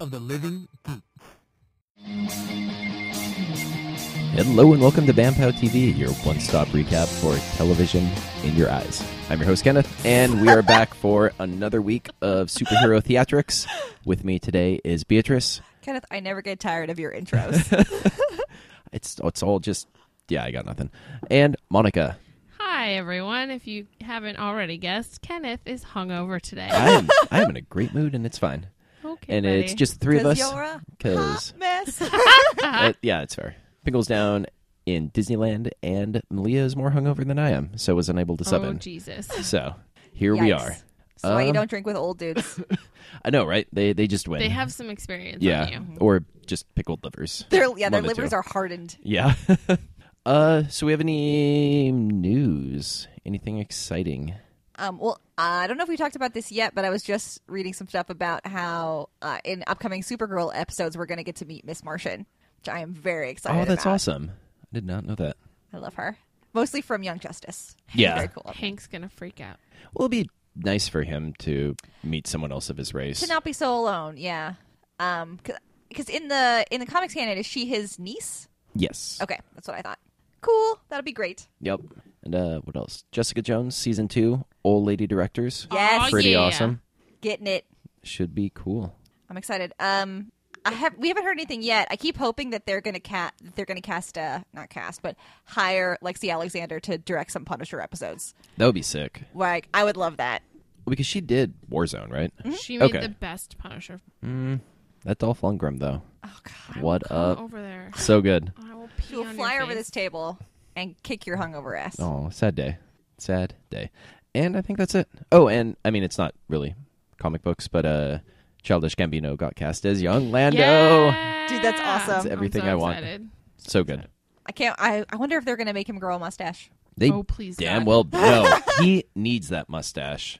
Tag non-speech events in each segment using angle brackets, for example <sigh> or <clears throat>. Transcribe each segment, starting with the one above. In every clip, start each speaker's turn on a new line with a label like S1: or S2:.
S1: of the living geek.
S2: Hello and welcome to Bampow TV, your one-stop recap for television in your eyes. I'm your host Kenneth, and we are
S3: <laughs>
S2: back for another week of superhero theatrics. With me today is Beatrice.
S4: Kenneth, I never get tired of your intros.
S2: It's it's all just yeah, I got nothing. And Monica.
S3: Hi, everyone. If you haven't already guessed, Kenneth is hungover today.
S2: I am I am in a great mood, and it's fine.
S3: Okay,
S2: And
S3: buddy.
S2: it's just the three of us.
S4: you're a
S2: Because <laughs>
S4: mess.
S2: uh, yeah, it's fair. Pinkle's down in Disneyland, and Malia is more hungover than I am, so was unable to sub
S3: oh
S2: in.
S3: Jesus.
S2: So here we
S4: Yikes.
S2: are.
S4: That's why you
S2: Um,
S4: don't drink with old dudes.
S2: I know, right? They they just win.
S3: They have some experience.
S2: yeah,
S3: on you.
S4: Mm-hmm.
S2: or just pickled livers.
S4: Their yeah, their
S2: Love it
S4: livers
S2: too.
S4: are hardened.
S2: Yeah. <laughs> uh, so we have any news? Anything exciting?
S4: Um, well, I don't know if we talked about this yet, but I was just reading some stuff about how uh, in upcoming Supergirl episodes we're going to get to meet Miss Martian, which I am very excited.
S2: Oh, that's
S4: about.
S2: awesome! I did not know that.
S4: I love her, mostly from Young Justice.
S2: Yeah.
S4: very cool.
S3: Hank's gonna freak out.
S2: Well, it'd be nice for him to meet someone else of his race.
S4: to not be so alone. Yeah, um, because in the in the comics canon, is she his niece?
S2: yes.
S4: Okay, that's what I thought. Cool, that'll be great.
S2: Yep. And uh, what else? Jessica Jones season two, old lady directors.
S4: Yes.
S3: Aw,
S2: Pretty
S3: yeah.
S2: awesome.
S4: Getting it.
S2: Should be cool.
S4: I'm excited. Um, I have we haven't heard anything yet. I keep hoping that they're gonna cat they're gonna cast uh not cast but hire Lexi Alexander to direct some Punisher episodes.
S2: That would be sick
S4: Like I would love that.
S2: because she did Warzone, right?
S4: Mm-hmm.
S3: She made
S2: Okay.
S3: the best Punisher.
S2: That Dolph Lundgren though.
S4: Oh god, Oh.
S2: what
S3: Come
S2: up?
S3: over there.
S2: So good.
S3: I will pee
S4: you'll
S3: on
S4: fly
S3: your
S4: over
S3: face.
S4: this table and kick your hungover ass.
S2: Oh, sad day. Sad day. And I think that's it. Oh, and I mean it's not really comic books, but uh Childish Gambino got cast as young Lando.
S3: Yeah!
S4: Dude, that's awesome. That's
S3: I'm
S2: everything
S3: so
S2: I want.
S3: excited.
S2: So good.
S4: I can't. I, I wonder if they're gonna make him grow a mustache.
S2: They
S3: Oh, please,
S2: damn
S3: God.
S2: well
S3: <laughs>
S2: no. he needs that mustache.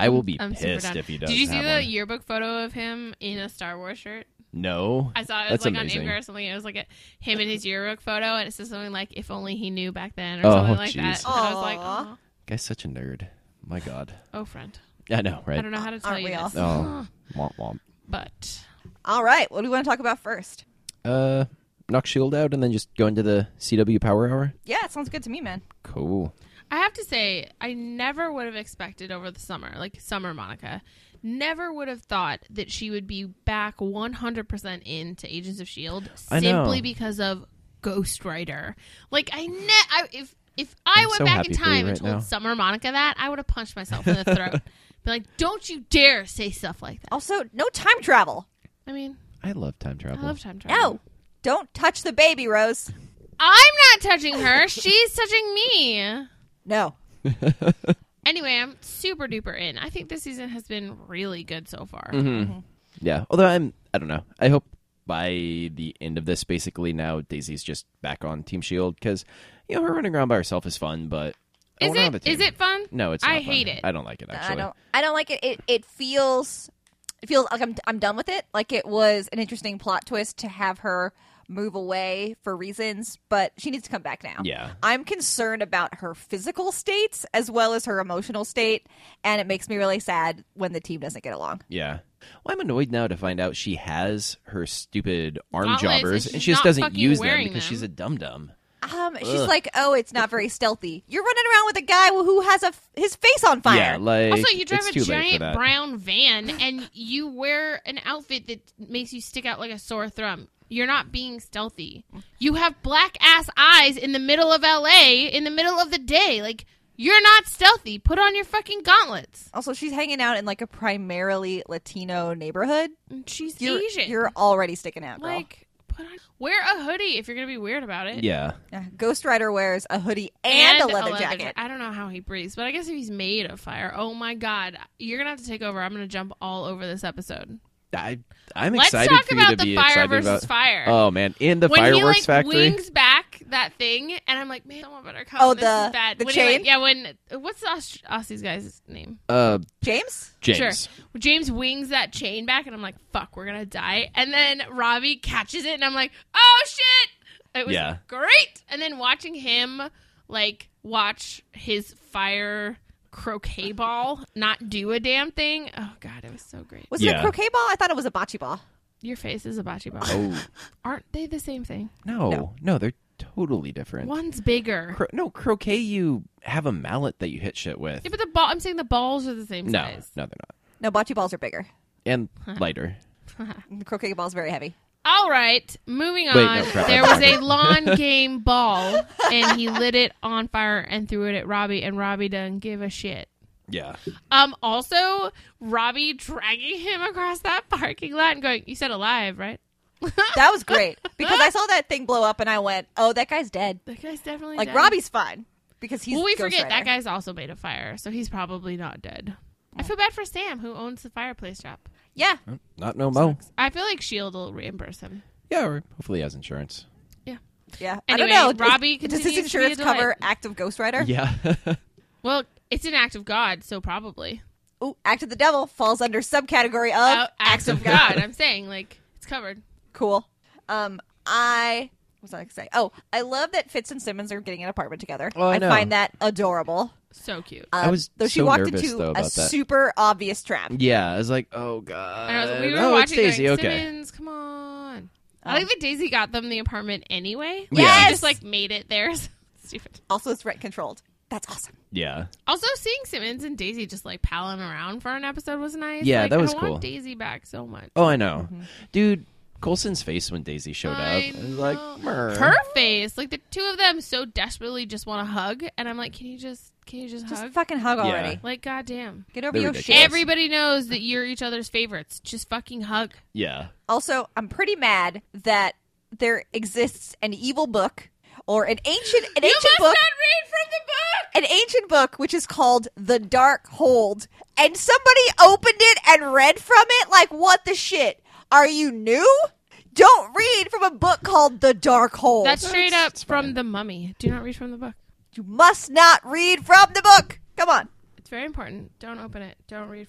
S2: I will be
S3: <laughs> I'm super
S2: pissed
S3: down.
S2: if he does.
S3: Did you see
S2: have
S3: the
S2: one.
S3: yearbook photo of him in a Star Wars shirt?
S2: No.
S3: I saw it, it was
S2: That's
S3: like
S2: amazing.
S3: on Imgur or something. It was like a, him in his yearbook photo, and it says something like "If only he knew back then" or
S2: Oh,
S3: something like
S2: jeez.
S3: that. And I was like,
S4: Aw.
S3: oh,
S2: Guy's such a nerd. My God.
S3: oh, friend.
S2: I know, right?
S3: I don't know how to tell
S4: Aren't
S3: you
S4: we all?
S3: this,
S2: Oh, womp womp.
S3: but
S4: All right, what do we want to talk about first?
S2: Uh, knock Shield out and then just go into the CW Power Hour.
S4: Yeah, it sounds good to me, man.
S2: Cool.
S3: I have to say, I never would have expected over the summer, like summer Monica, never would have thought that she would be back 100% into Agents of S.H.I.E.L.D.
S2: I know.
S3: E simply because of Ghost Rider. Like, I, ne- I if if I
S2: I'm
S3: went
S2: so
S3: back
S2: happy
S3: in
S2: for you
S3: time and
S2: right
S3: told
S2: now.
S3: summer Monica that, I would have punched myself in the throat.
S2: <laughs>
S3: Be like, don't you dare say stuff like that.
S4: Also, no time travel.
S3: I mean,
S2: I love time
S3: I
S2: travel.
S3: love time travel.
S4: No, don't touch the baby, Rose.
S3: I'm not touching her. She's touching me.
S4: No.
S3: Anyway, I'm super duper in. I think this season has been really good so far.
S2: Mm-hmm. Yeah. Although I'm, I don't know. I hope by the end of this, basically now Daisy's just back on Team Shield because you know her running around by herself is fun, but I
S3: Is
S2: want her on the
S3: it?
S2: team.
S3: Is it fun?
S2: No, it's.
S3: I
S2: not fun.
S3: hate it.
S2: I don't like it actually.
S4: I don't. I don't like it. It it feels it feels like I'm I'm done with it. Like it was an interesting plot twist to have her move away for reasons, but she needs to come back now.
S2: Yeah.
S4: I'm concerned about her physical states as well as her emotional state, and it makes me really sad when the team doesn't get along.
S2: Yeah. Well, I'm annoyed now to find out she has her stupid arm
S3: Gauntlets, and
S2: jobbers,
S3: she's
S2: and she just
S3: not
S2: doesn't
S3: fucking
S2: use them
S3: wearing
S2: because
S3: them.
S2: she's a dum dum.
S4: Um, she's
S2: Ugh.
S4: like, "Oh, it's not very stealthy. You're running around with a guy who has a f- his face on fire."
S2: Yeah, like
S3: Also, you drive
S2: it's
S3: a
S2: too late for
S3: giant
S2: that.
S3: brown van and you wear an outfit that makes you stick out like a sore thumb. You're not being stealthy. You have black ass eyes in the middle of LA in the middle of the day. Like, you're not stealthy. Put on your fucking gauntlets.
S4: Also, she's hanging out in like a primarily Latino neighborhood.
S3: And She's
S4: You're,
S3: Asian.
S4: you're already sticking out, girl.
S3: like, put on, wear a hoodie if you're going to be weird about it.
S2: Yeah.
S4: Yeah, Ghost Rider wears a hoodie and, a leather jacket.
S3: ja- I don't know how he breathes, but I guess if he's made of fire, oh my god, you're gonna have to take over. I'm gonna jump all over this episode.
S2: I, I'm
S3: Let's
S2: excited
S3: talk
S2: for you
S3: about
S2: to
S3: the
S2: be
S3: fire
S2: excited about.
S3: versus fire.
S2: Oh man, in the
S3: when he
S2: fireworks
S3: like
S2: factory.
S3: wings back that thing, and I'm like, man, someone better come.
S4: Oh,
S3: this
S4: the-
S3: is bad.
S4: the
S3: when he, like-
S4: chain?
S3: yeah, when what's the Aus- Aussie's guy's name?
S2: uh,
S4: James?
S2: James.
S3: Sure. Well, James wings that chain back, and I'm like, fuck, we're gonna die. And then Robbie catches it, and I'm like, oh shit, it was
S2: Yeah.
S3: great. And then watching him like watch his fire
S4: <laughs>
S3: croquet ball not do a damn thing. Oh god, it was so great.
S4: Was it
S2: Yeah.
S4: a croquet ball? I thought it was a bocce ball.
S3: Your face is a bocce ball.
S2: Oh
S3: Aren't they the same thing?
S2: no, no,
S4: No.
S2: they're totally different.
S3: One's bigger.
S2: Cro- no croquet, you have a mallet that you hit shit with.
S3: Yeah, but the ball. I'm saying the balls are the same
S2: no,
S3: size. <laughs>
S2: no, they're not,
S4: No, bocce balls are bigger.
S2: and lighter.
S4: The croquet ball's very heavy.
S3: All right, moving on.
S2: Wait, no, crap,
S3: there
S2: I'm
S3: was
S2: <laughs> sorry.
S3: a lawn game ball, and he lit it on fire and threw it at Robbie, and Robbie doesn't give a shit.
S2: Yeah,
S3: Um, also, Robbie dragging him across that parking lot and going, "You said alive, right?
S4: That was
S3: <laughs>
S4: great because I saw that thing blow up and I went, "Oh, that guy's dead."
S3: That guy's definitely
S4: Like
S3: dead.
S4: Robbie's fine because he's.
S3: well, we
S4: Ghost
S3: forget that
S4: Rider.
S3: guy's also made of fire, so he's probably not dead. I feel bad for Sam, who owns the fireplace shop.
S4: Yeah,
S2: not no mo.
S3: I feel like Shield will reimburse him.
S2: Yeah, or hopefully he has insurance.
S4: yeah.
S3: Anyway,
S4: I don't know.
S3: Robbie
S4: does
S3: continues
S4: his
S3: to be
S4: insurance
S3: a delight.
S4: cover act of Ghost Rider?
S2: Yeah, <laughs>
S3: Well, it's an act of God, so probably.
S4: Ooh, act of the devil falls under subcategory of
S3: Uh, acts of God. I'm saying like it's covered.
S4: cool. Um, I what was I gonna say? Oh, I love that Fitz and Simmons are getting an apartment together.
S2: Oh, I know.
S4: find that adorable.
S3: So cute.
S4: Um,
S2: I was
S4: though she
S2: so
S4: walked
S2: nervous,
S4: into
S2: though,
S4: a
S2: about that.
S4: super obvious trap.
S2: yeah. I was like, oh god.
S3: And I was, we were
S2: oh,
S3: watching
S2: it's Daisy.
S3: going,
S2: okay,
S3: Simmons, come on. I like that Daisy got them the apartment anyway.
S2: Yeah.
S3: She
S4: Yes!
S3: just like made it <laughs> theirs. Stupid.
S4: Also, it's rent controlled. That's awesome.
S2: yeah.
S3: Also, seeing Simmons and Daisy just like palling around for an episode was nice.
S2: Yeah,
S3: Like,
S2: that was
S3: I
S2: cool.
S3: Want Daisy back so much.
S2: Oh, I know, dude. Colson's face when Daisy showed
S3: Mm-hmm. I
S2: up, it was like,
S3: know.
S2: "Mer."
S3: her face, like the two of them, so desperately just want to hug, and I'm like, can you just, can you just,
S4: Just
S3: hug?
S4: fucking hug
S2: Yeah.
S4: already.
S3: like, goddamn.
S4: Get over
S2: They're
S4: your
S2: ridiculous.
S4: shit.
S3: Everybody knows that you're each other's favorites. Just fucking hug.
S2: yeah,
S4: Also, I'm pretty mad that there exists an evil book or an ancient an
S3: You
S4: ancient
S3: must
S4: book
S3: not read from the book.
S4: an ancient book which is called The Dark Hold and somebody opened it and read from it like what the shit? Are you new? Don't read from a book called The Dark Hold.
S3: That's straight up
S2: it's
S3: from
S2: fine.
S3: the mummy. Do not read from the book.
S4: you must not read from the book. Come on.
S3: It's very important. Don't open it. Don't read.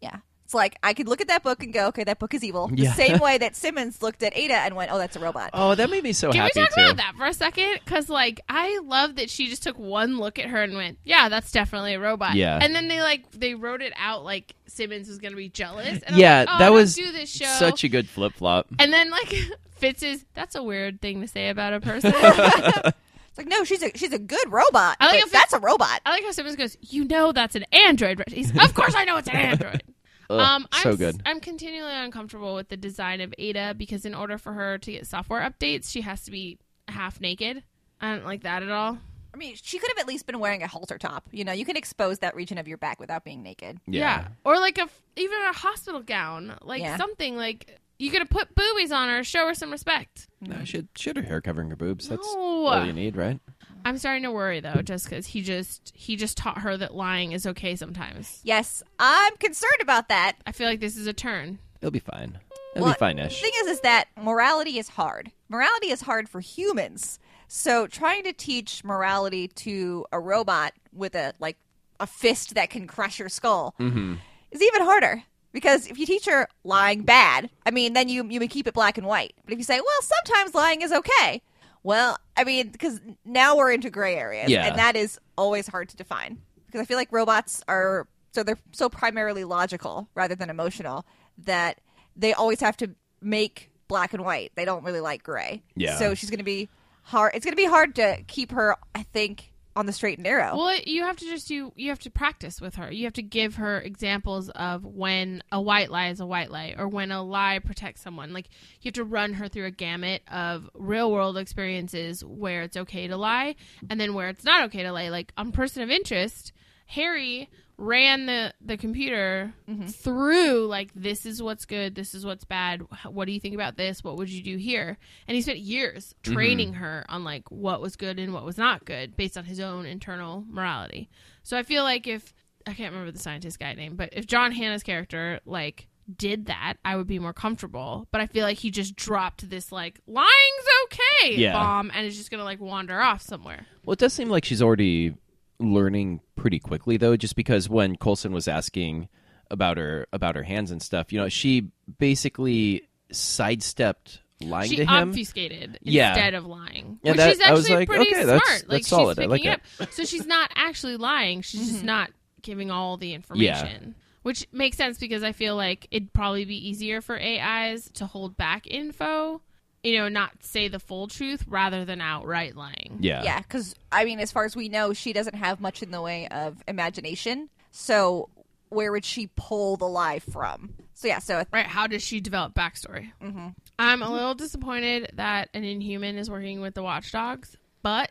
S4: Yeah. It's like I could look at that book and go, okay, that book is evil.
S2: Yeah.
S4: The same way that Simmons looked at Ada and went, oh, that's a robot.
S2: Oh, that made me so
S3: Can
S2: happy
S3: we talk
S2: too.
S3: about that for a second? Because like I love that she just took one look at her and went, "Yeah, that's definitely a robot."
S2: Yeah.
S3: And then they like they wrote it out like Simmons was gonna be jealous. And I'm
S2: Yeah,
S3: like, "Oh,
S2: that
S3: don't
S2: was
S3: do this show.
S2: such a good flip flop.
S3: and then like <laughs> Fitz is that's a weird thing to say about
S2: <laughs>
S3: a person. <laughs>
S4: It's like, no, she's a she's a good robot.
S3: I
S4: but
S3: like how Fitz-
S4: that's a robot.
S3: I like how Simmons goes, "You know that's an android." Right? He's, of course, I know
S2: <laughs>
S3: it's an android. Um,
S2: Ugh,
S3: I'm
S2: so
S3: s-
S2: good.
S3: I'm continually uncomfortable with the design of Ada because in order for her to get software updates, she has to be half naked. I don't like that at all.
S4: I mean, she could have at least been wearing a halter top. You know, you can expose that region of your back without being naked.
S2: Yeah.
S3: or like a f- even a hospital gown, like
S4: Yeah.
S3: something like you could have put boobies on her, show her some respect.
S2: No, should should her hair covering her boobs. That's
S3: No.
S2: all you need, right?
S3: I'm starting to worry though, just because he just he just taught her that lying is okay sometimes.
S4: Yes, I'm concerned about that.
S3: I feel like this is a turn.
S2: It'll be fine. It'll
S4: Well,
S2: be fine,
S4: The
S2: Ish.
S4: thing is, is that morality is hard. Morality is hard for humans. So trying to teach morality to a robot with a like a fist that can crush your skull is even harder. Because if you teach her lying bad, I mean, then you you may keep it black and white. But if you say, well, sometimes lying is okay, well, I mean, because now we're into gray areas,
S2: Yeah.
S4: and that is always hard to define. Because I feel like robots are so they're so primarily logical rather than emotional that they always have to make black and white. They don't really like gray.
S2: Yeah.
S4: So she's going to be hard. It's going to be hard to keep her, I think, on the straight and narrow.
S3: Well, you have to just do. You have to practice with her. You have to give her examples of when a white lie is a white lie, or when a lie protects someone. Like you have to run her through a gamut of real world experiences where it's okay to lie, and then where it's not okay to lie. Like on Person of Interest, Harry ran the the computer through like this is what's good, this is what's bad. wh- What do you think about this? What would you do here? And he spent years training her on like what was good and what was not good based on his own internal morality. So I feel like if I can't remember the scientist guy name, but if John Hannah's character like did that, I would be more comfortable. But I feel like he just dropped this like lying's okay
S2: Yeah.
S3: bomb and is just gonna like wander off somewhere.
S2: Well, it does seem like she's already learning pretty quickly, though, just because when Colson was asking about her about her hands and stuff, you know, she basically sidestepped lying
S3: she
S2: to him.
S3: obfuscated
S2: Yeah.
S3: instead of lying,
S2: Yeah,
S3: which
S2: that-
S3: is
S2: I was
S3: actually
S2: like,
S3: pretty
S2: okay,
S3: smart.
S2: that's-
S3: like
S2: that's solid. I
S3: she's
S2: like Mm-hmm.
S3: picking it up, so she's not actually lying. She's just not giving all the information. Which makes sense because I feel like it'd probably be easier for AIs to hold back info, you know, not say the full truth rather than outright lying.
S2: Yeah.
S4: Yeah, because I mean, as far as we know, she doesn't have much in the way of imagination. So where would she pull the lie from? So yeah, so
S3: Right? How does she develop backstory? Mm-hmm. I'm a little disappointed that an Inhuman is working with the Watchdogs, but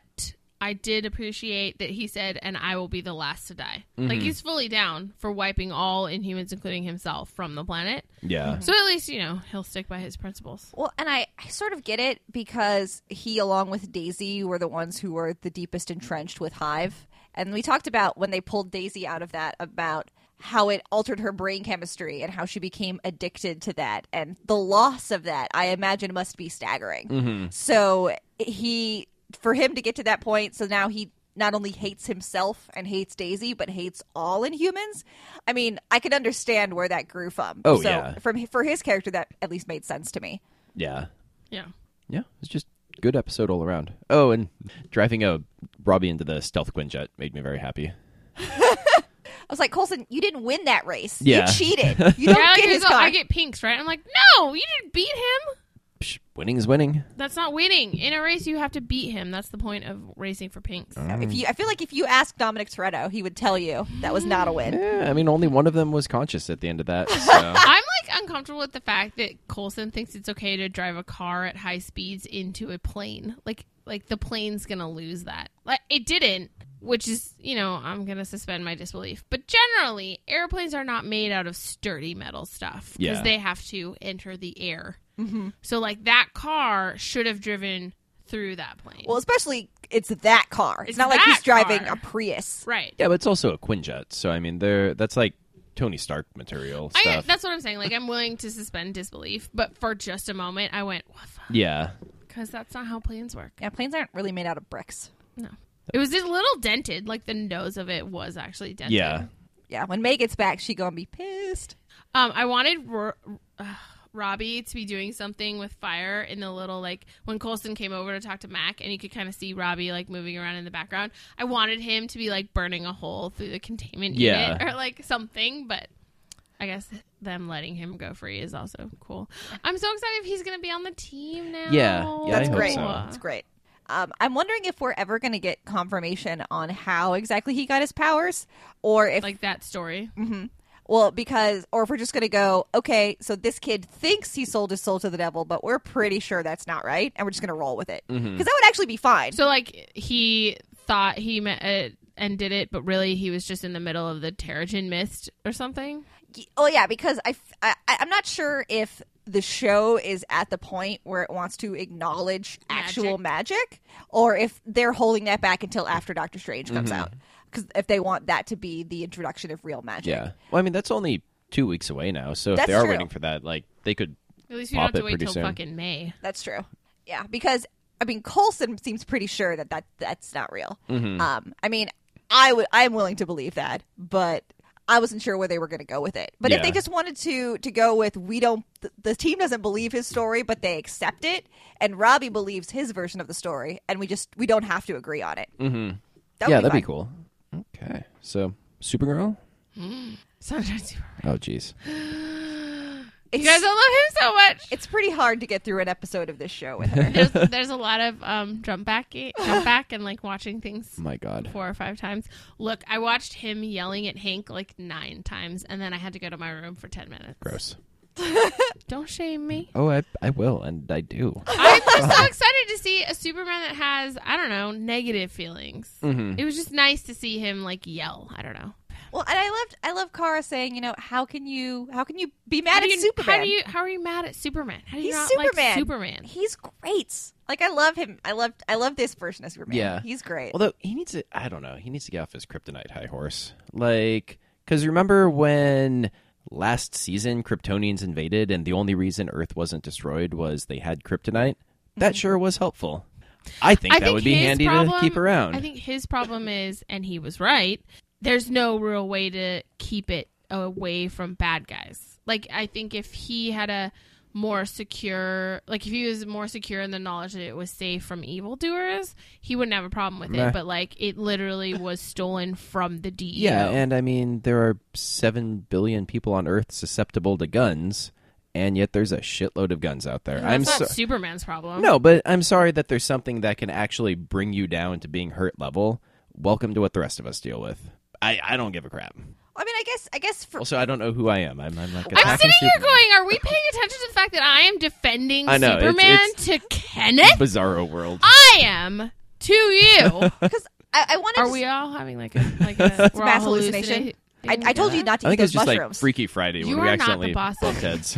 S3: I did appreciate that he said, "And I will be the last to die." Like
S4: Mm-hmm.
S3: he's fully down for wiping all Inhumans, including himself, from the planet.
S2: Yeah.
S3: So at least you know he'll stick by his principles.
S4: well, and I, I sort of get it because he, along with Daisy, were the ones who were the deepest entrenched with Hive, and we talked about when they pulled Daisy out of that about how it altered her brain chemistry and how she became addicted to that and the loss of that i imagine must be staggering
S2: Mm-hmm.
S4: So he, for him to get to that point, so now he not only hates himself and hates Daisy, but hates all Inhumans. I mean, I can understand where that grew from.
S2: Oh,
S4: so
S2: yeah.
S4: From for his character, that at least made sense to me.
S2: Yeah.
S3: Yeah.
S2: Yeah. It's just good episode all around. Oh, and driving a Robbie into the stealth Quinjet made me very happy.
S4: I was like, Colson, you didn't win that race.
S2: Yeah. <laughs>
S4: You cheated. You don't
S3: Yeah, like
S4: get
S3: he's
S4: his
S3: all,
S4: car.
S3: I get pinks, right? I'm like, no, you didn't beat him.
S2: Psh, winning is winning.
S3: That's not winning. In a race, you have to beat him. That's the point of racing for pinks.
S4: if you, I feel like if you asked Dominic Toretto, he would tell you that was not a win.
S2: Yeah, I mean, only one of them was conscious at the end of that. So.
S3: I'm like uncomfortable with the fact that Colson thinks it's okay to drive a car at high speeds into a plane. Like, like the plane's gonna lose that. Like, it didn't. Which is, you know, I'm gonna suspend my disbelief. But generally, airplanes are not made out of sturdy metal stuff because
S2: Yeah.
S3: they have to enter the air. So, like that car should have driven through that plane.
S4: Well, especially it's that car. It's,
S3: It's
S4: not like he's
S3: that
S4: driving
S3: car.
S4: a Prius.
S3: right.
S2: yeah, but it's also a Quinjet. So, I mean, they're, that's like Tony Stark material
S3: I,
S2: stuff.
S3: that's what I'm saying. Like, I'm willing to suspend disbelief, but for just a moment, I went,
S2: yeah.
S3: because that's not how planes work.
S4: Yeah, planes aren't really made out of bricks.
S3: No. It was a little dented. Like, the nose of it was actually dented.
S2: Yeah.
S4: Yeah, when May gets back, she gonna be pissed.
S3: Um, I wanted Ro- uh, Robbie to be doing something with fire in the little, like, when Colson came over to talk to Mac and you could kind of see Robbie, like, moving around in the background. I wanted him to be, like, burning a hole through the containment
S2: Yeah.
S3: unit or, like, something, but. I guess them letting him go free is also cool. I'm so excited if he's going to be on the team now.
S2: Yeah. Yeah, I
S4: That's
S2: hope
S4: great.
S2: so.
S4: That's great. Um, I'm wondering if we're ever going to get confirmation on how exactly he got his powers, or if,
S3: Like that story.
S4: Mm-hmm. well, because, or if we're just going to go, okay, so this kid thinks he sold his soul to the devil, but we're pretty sure that's not right, and we're just going to roll with it because that would actually be fine.
S3: So like he thought he meant it and did it, but really he was just in the middle of the Terrigen mist or something.
S4: Y- Oh yeah, because I, f- I I- I'm not sure if the show is at the point where it wants to acknowledge actual magic, or if they're holding that back until after Doctor Strange comes out. 'Cause out. Because if they want that to be the introduction of real magic,
S2: Yeah. Well, I mean, that's only two weeks away now. So if
S4: That's
S2: they are
S4: true.
S2: waiting for that, like, they could.
S3: At least we
S2: Pop
S3: don't have
S2: it
S3: to wait
S2: pretty
S3: till
S2: soon.
S3: fucking May. <laughs>
S4: that's true. Yeah, because I mean Colson seems pretty sure that that that's not real.
S2: Mm-hmm.
S4: Um, I mean, I would I'm willing to believe that, but. I wasn't sure where they were going to go with it, but if they
S2: Yeah.
S4: just wanted to to go with we don't the, the team doesn't believe his story, but they accept it, and Robbie believes his version of the story, and we just we don't have to agree on it. Mm-hmm. That
S2: yeah,
S4: would
S2: that'd
S4: be
S2: be cool. Okay. So, Supergirl?
S3: Sometimes you-
S2: Oh, jeez.
S4: cool.
S3: you guys all love him so much.
S4: it's pretty hard to get through an episode of this show with
S2: <laughs>
S4: her.
S3: There's, <laughs> there's a lot of um, jump back, jump back, and like watching things
S2: My God.
S3: four or five times. Look, I watched him yelling at Hank like nine times, and then I had to go to my room for ten minutes.
S2: Gross.
S3: Don't shame me.
S2: Oh, I, I will, and I do.
S3: I'm just so excited to see a Superman that has I don't know negative feelings. It was just nice to see him like yell. I don't know.
S4: well, and I loved I love Kara saying, you know, how can you how can you be mad
S3: how do
S4: at
S3: you,
S4: Superman?
S3: How do you? How are you mad at Superman? How do you
S4: He's
S3: not
S4: Superman.
S3: like Superman?
S4: He's great. Like I love him. I love I love this version of Superman.
S2: Yeah.
S4: he's great.
S2: Although he needs to, I don't know, he needs to get off his kryptonite high horse. Like, because remember when last season Kryptonians invaded and the only reason Earth wasn't destroyed was they had kryptonite? That sure was helpful. I think that would be
S3: his
S2: handy to
S3: problem-
S2: keep around.
S3: I think his problem is, and he was right. There's no real way to keep it away from bad guys. Like I think if he had a more secure like if he was more secure in the knowledge that it was safe from evildoers he wouldn't have a problem with
S2: Meh.
S3: it but like it literally was stolen from the E DEO
S2: Yeah, and I mean there are seven billion people on Earth susceptible to guns, and yet there's a shitload of guns out there.
S3: That's
S2: I'm
S3: not
S2: so-
S3: Superman's problem
S2: no, but I'm sorry that there's something that can actually bring you down to being hurt level. Welcome to what the rest of us deal with. I, I don't give a crap.
S4: I mean, I guess, I guess for
S2: Also, I don't know who I am. I'm, I'm like
S3: I'm
S2: attacking
S3: sitting here
S2: Superman.
S3: going, are we paying attention to the fact that I am defending
S2: I know, it's-
S3: Superman
S2: it's-
S3: to Kenneth?
S2: Bizarro world.
S3: I am
S2: <laughs>
S3: to you.
S4: because I, I wanted.
S3: are
S4: to,
S3: we all having like a
S4: <laughs>
S3: like a we're all
S4: mass hallucination.
S3: hallucinating-
S4: I, I told you not to
S2: I
S4: eat
S2: think it was
S4: those
S2: just like
S4: mushrooms.
S2: Freaky Friday
S3: You
S2: when
S3: are
S2: we
S3: not the
S2: accidentally
S3: boss of-
S2: bumped heads.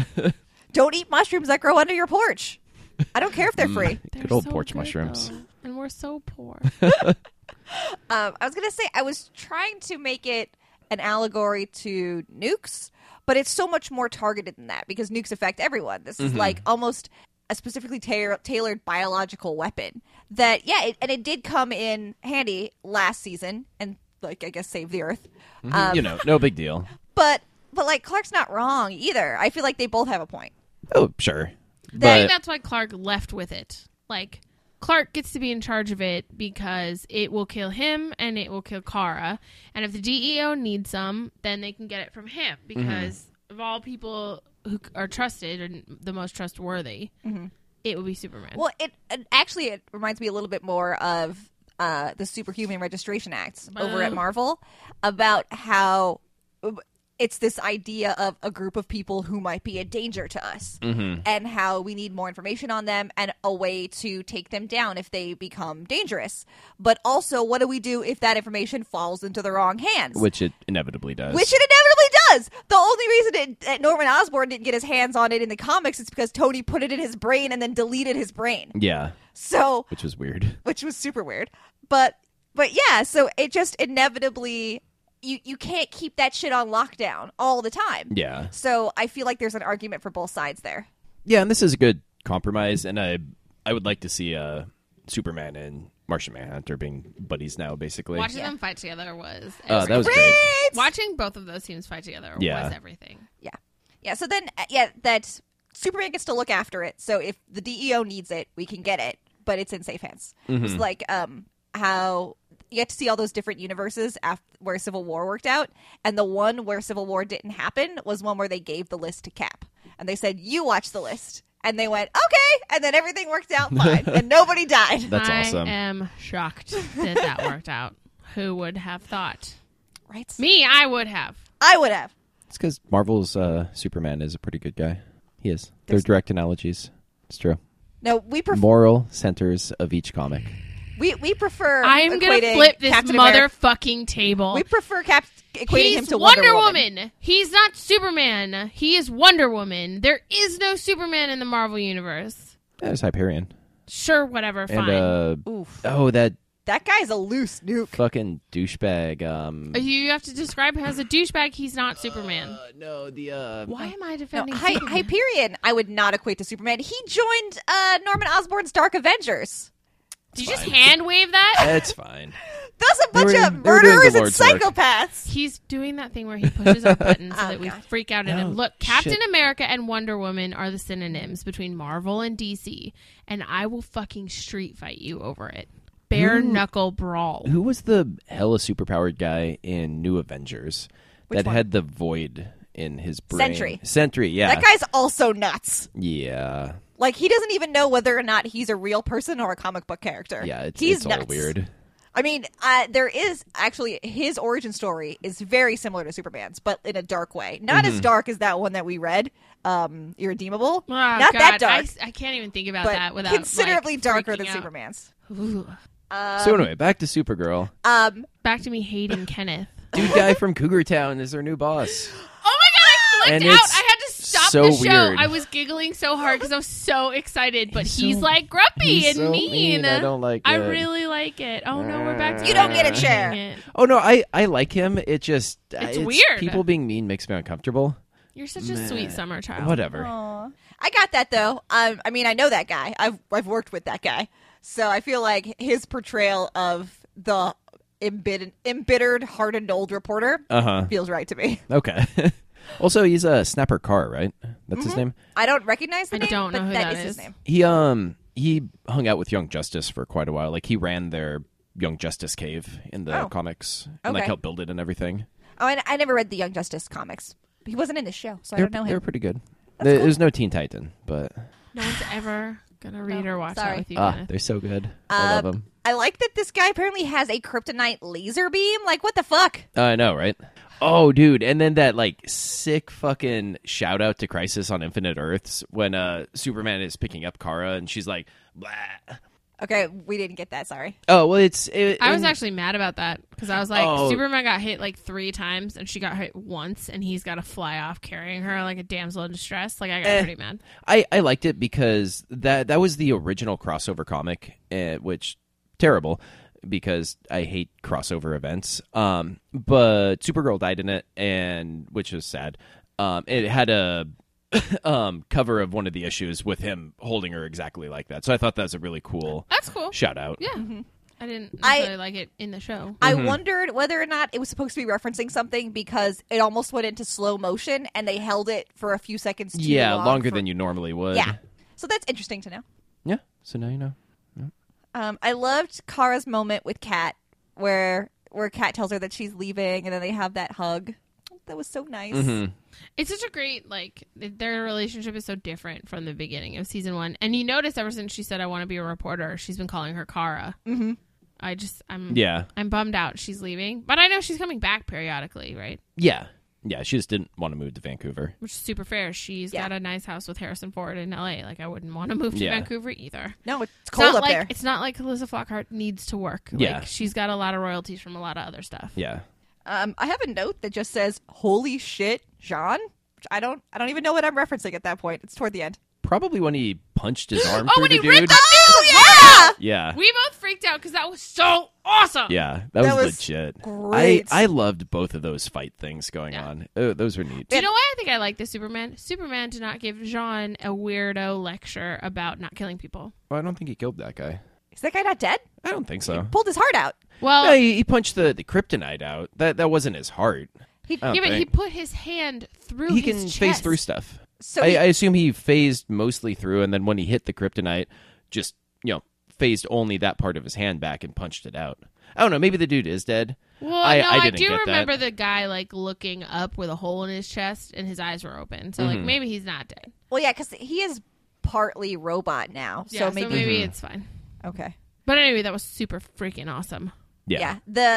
S2: <laughs>
S4: Don't eat mushrooms that grow under your porch. I don't care if
S2: Mm.
S4: they're free.
S3: They're
S2: Good old
S3: so
S2: porch
S3: good,
S2: mushrooms.
S3: though, and we're so
S2: <laughs>
S3: poor.
S4: Um, I was gonna say I was trying to make it an allegory to nukes, but it's so much more targeted than that because nukes affect everyone. This is like almost a specifically ta- tailored biological weapon that yeah, it, and it did come in handy last season and like I guess save the earth. Um,
S2: you know, no big deal.
S4: but but like Clark's not wrong either. I feel like they both have a point.
S2: Oh, sure.
S3: I
S2: But
S3: think that's why Clark left with it. Like Clark gets to be in charge of it because it will kill him and it will kill Kara. And if the DEO needs some, then they can get it from him
S2: Mm-hmm.
S3: because of all people who c- are trusted and the most trustworthy, it would be Superman.
S4: Mm-hmm. Well, it, it actually it reminds me a little bit more of uh, the Superhuman Registration Act over at
S3: Oh.
S4: Marvel about how it's this idea of a group of people who might be a danger to us
S2: Mm-hmm.
S4: and how we need more information on them and a way to take them down if they become dangerous. But also, what do we do if that information falls into the wrong hands?
S2: which it inevitably does.
S4: Which it inevitably does. The only reason it, that Norman Osborn didn't get his hands on it in the comics is because Tony put it in his brain and then deleted his brain.
S2: yeah,
S4: So
S2: which was weird.
S4: which was super weird. But but yeah, so it just inevitably you you can't keep that shit on lockdown all the time.
S2: Yeah.
S4: So I feel like there's an argument for both sides there.
S2: Yeah, and this is a good compromise, and I I would like to see uh, Superman and Martian Manhunter being buddies now, basically.
S3: Watching
S4: Yeah.
S3: them fight together was
S2: Uh, that was
S3: everything.
S2: great.
S3: watching both of those teams fight together
S2: Yeah.
S3: was everything.
S4: Yeah. Yeah, so then uh, yeah, that Superman gets to look after it. So if the DEO needs it, we can get it, but it's in safe hands. It's like um how you get to see all those different universes af where Civil War worked out, and the one where Civil War didn't happen was one where they gave the list to Cap, and they said, "You watch the list," and they went, "Okay," and then everything worked out fine, and nobody died.
S2: That's
S3: I
S2: awesome.
S3: am shocked
S2: <laughs>
S3: that that worked out. Who would have thought?
S4: Right?
S3: Me, I would have.
S4: I would have.
S2: It's because Marvel's uh, Superman is a pretty good guy. He is. They're
S4: There's-
S2: direct analogies. It's true.
S4: No, we prefer
S2: Moral centers of each comic.
S4: we, we prefer.
S3: I am gonna
S4: equating
S3: flip this
S4: Captain America-
S3: motherfucking table.
S4: We prefer Cap equating
S3: He's
S4: him to
S3: Wonder,
S4: Woman.
S3: Woman. He's not Superman. He is Wonder Woman. There is no Superman in the Marvel universe.
S2: Yeah, There's Hyperion
S3: Sure, whatever.
S2: and
S3: Fine.
S2: uh,
S4: Oof.
S2: oh that
S4: That guy's a loose nuke.
S2: fucking douchebag. Um,
S3: you have to describe him as a douchebag. He's not Superman.
S2: uh, no, the uh,
S3: Why am I
S4: No,
S3: defending
S4: Hy-
S3: Superman?
S4: Hyperion, I would not equate to Superman. He joined uh, Norman Osborn's Dark Avengers.
S3: Did you just
S2: Fine.
S3: hand
S2: <laughs>
S3: wave that?
S2: That's fine.
S4: Those a
S2: were-
S4: bunch of
S2: they were doing
S4: murderers
S2: the
S4: and
S2: Lord's work.
S4: psychopaths.
S3: He's doing that thing where he pushes our buttons so
S4: <laughs> Oh,
S3: that we
S4: God.
S3: freak out at
S2: No,
S3: him. Look, Captain
S2: shit.
S3: America and Wonder Woman are the synonyms between Marvel and DC, and I will fucking street fight you over it. Bare knuckle brawl.
S2: Who was the hella superpowered guy in New Avengers that
S4: one?
S2: had the void in his brain?
S4: Sentry.
S2: Sentry, yeah.
S4: That guy's also nuts.
S2: Yeah.
S4: Like he doesn't even know whether or not he's a real person or a comic book character.
S2: Yeah, it's,
S4: he's
S2: it's all
S4: nuts.
S2: weird.
S4: I mean, uh, there is actually his origin story is very similar to Superman's, but in a dark way. Not
S2: Mm-hmm.
S4: as dark as that one that we read, um, Irredeemable.
S3: Oh,
S4: Not
S3: God,
S4: that dark,
S3: I, I can't even think about
S4: but
S3: that without like,
S4: considerably darker
S3: freaking
S4: than
S3: out.
S4: Superman's.
S3: Ooh.
S4: Uh,
S2: so anyway, back to Supergirl.
S4: Um,
S3: Back to
S4: <laughs>
S3: me hating Kenneth.
S2: Dude guy from Cougar Town is their new boss.
S3: Oh my god, I
S2: And
S3: flipped out.
S2: it's
S3: I had to stop
S2: so
S3: the show.
S2: weird.
S3: I was giggling so hard because I was so excited, but
S2: He's
S3: he's,
S2: so-
S3: like grumpy
S2: he's
S3: and
S2: so
S3: mean.
S2: mean. I don't like
S3: I
S2: it.
S3: really like it. Oh no, we're back to
S4: You don't get a chair.
S3: Dang it.
S2: Oh no, I, I like him. It just uh,
S3: It's weird.
S2: People being mean makes me uncomfortable.
S3: You're such a sweet summer child.
S2: Whatever.
S4: <laughs> Oh. I got that though. Um, I mean, I know that guy. I've I've worked with that guy, so I feel like his portrayal of the embittered, embittered, hardened old reporter
S2: Uh huh.
S4: feels right to me. <laughs>
S2: Okay. <laughs> Also, he's a Snapper Carr, right? That's his name.
S4: I don't recognize the
S3: I
S4: name,
S3: don't know
S4: but
S3: who
S4: that
S3: that
S4: is, his
S3: is.
S4: name.
S2: He um he hung out with Young Justice for quite a while. Like he ran their Young Justice cave in the
S4: Oh.
S2: comics and like
S4: Okay.
S2: helped build it and everything.
S4: Oh, I, I never read the Young Justice comics. He wasn't in this show, so I
S2: They're,
S4: don't know him.
S2: they're pretty good. There, There's no Teen Titan, but
S3: No one's ever gonna read or watch
S4: sorry.
S3: that with you.
S2: ah,
S3: Kenneth.
S2: they're so good.
S4: Uh,
S2: I love them.
S4: I like that this guy apparently has a kryptonite laser beam. Like, what the fuck?
S2: I know, right? Oh, dude, and then that like sick fucking shout out to Crisis on Infinite Earths when uh Superman is picking up Kara and she's like, Blah.
S4: Okay, we didn't get that. Sorry.
S2: "Oh, well, it's." It,
S3: I was
S2: in-
S3: actually mad about that because I was like,
S2: Oh.
S3: Superman got hit like three times, and she got hit once, and he's got to fly off carrying her like a damsel in distress. Like I got
S2: Eh.
S3: pretty mad.
S2: I, I liked it because that that was the original crossover comic, uh, which terrible because I hate crossover events. Um, but Supergirl died in it, and which was sad. Um, it had a <laughs> um cover of one of the issues with him holding her exactly like that. So I thought that was a really cool
S3: That's cool.
S2: shout out.
S3: Yeah, I didn't
S4: Mm-hmm. I-
S3: necessarily like it in the show.
S4: I
S2: Mm-hmm.
S4: wondered whether or not it was supposed to be referencing something because it almost went into slow motion and they held it for a few seconds. Too
S2: Yeah,
S4: long
S2: longer
S4: for-
S2: than you normally would.
S4: Yeah. So that's interesting to know.
S2: Yeah. So now you know.
S4: Um, I loved Kara's moment with Kat, where where Kat tells her that she's leaving, and then they have that hug. That was so nice.
S2: Mm-hmm.
S3: It's such a great like their relationship is so different from the beginning of season one, and you notice ever since she said I want to be a reporter, she's been calling her Kara. Mm-hmm. I just I'm
S2: Yeah.
S3: I'm bummed out she's leaving, but I know she's coming back periodically, right?
S2: Yeah. Yeah. She just didn't want to move to Vancouver.
S3: Which is super fair. She's
S4: Yeah.
S3: got a nice house with Harrison Ford in L.A. Like I wouldn't want to move to
S2: Yeah.
S3: Vancouver either.
S4: No, it's
S3: It's
S4: cold
S3: not
S4: up
S3: like
S4: there.
S3: it's not like Alyssa Flockhart needs to work.
S2: Yeah.
S3: Like she's got a lot of royalties from a lot of other stuff.
S2: Yeah.
S4: Um, I have a note that just says "Holy shit, Jean." Which I don't. I don't even know what I'm referencing at that point. It's toward the end.
S2: Probably when he punched his arm
S3: <gasps> Oh,
S2: through
S3: when
S2: the
S3: he
S2: dude.
S3: ripped up
S4: <laughs> Oh
S2: Yeah.
S3: We both freaked out because that was so awesome.
S2: yeah, that,
S4: That
S2: was,
S4: was
S2: legit.
S4: great.
S2: I I loved both of those fight things going
S3: Yeah.
S2: on. Oh, those were neat.
S3: Do you know why I think I like this Superman? Superman did not give Jean a weirdo lecture about not killing people.
S2: Well, I don't think he killed that guy.
S4: Is that guy not dead?
S2: I don't think so.
S4: Pulled his heart out.
S3: Well,
S2: No, he, he punched the, the kryptonite out. That that wasn't his heart.
S4: He,
S2: Oh.
S3: yeah, but he
S2: think-
S3: put his hand through.
S2: he
S3: his
S2: can
S3: chest.
S2: phase through stuff.
S4: so
S2: I,
S4: he-
S2: I assume he phased mostly through, and then when he hit the kryptonite, just you know phased only that part of his hand back and punched it out. I don't know. Maybe the dude is dead.
S3: Well,
S2: I,
S3: no,
S2: I
S3: I,
S2: didn't
S3: do
S2: get
S3: remember
S2: that.
S3: the guy like looking up with a hole in his chest and his eyes were open. So
S2: Mm-hmm.
S3: like maybe he's not dead.
S4: well, yeah, because he is partly robot now.
S3: Yeah,
S4: so maybe.
S2: Mm-hmm.
S3: it's fine.
S4: Okay.
S3: But anyway, that was super freaking awesome.
S2: Yeah.
S4: yeah.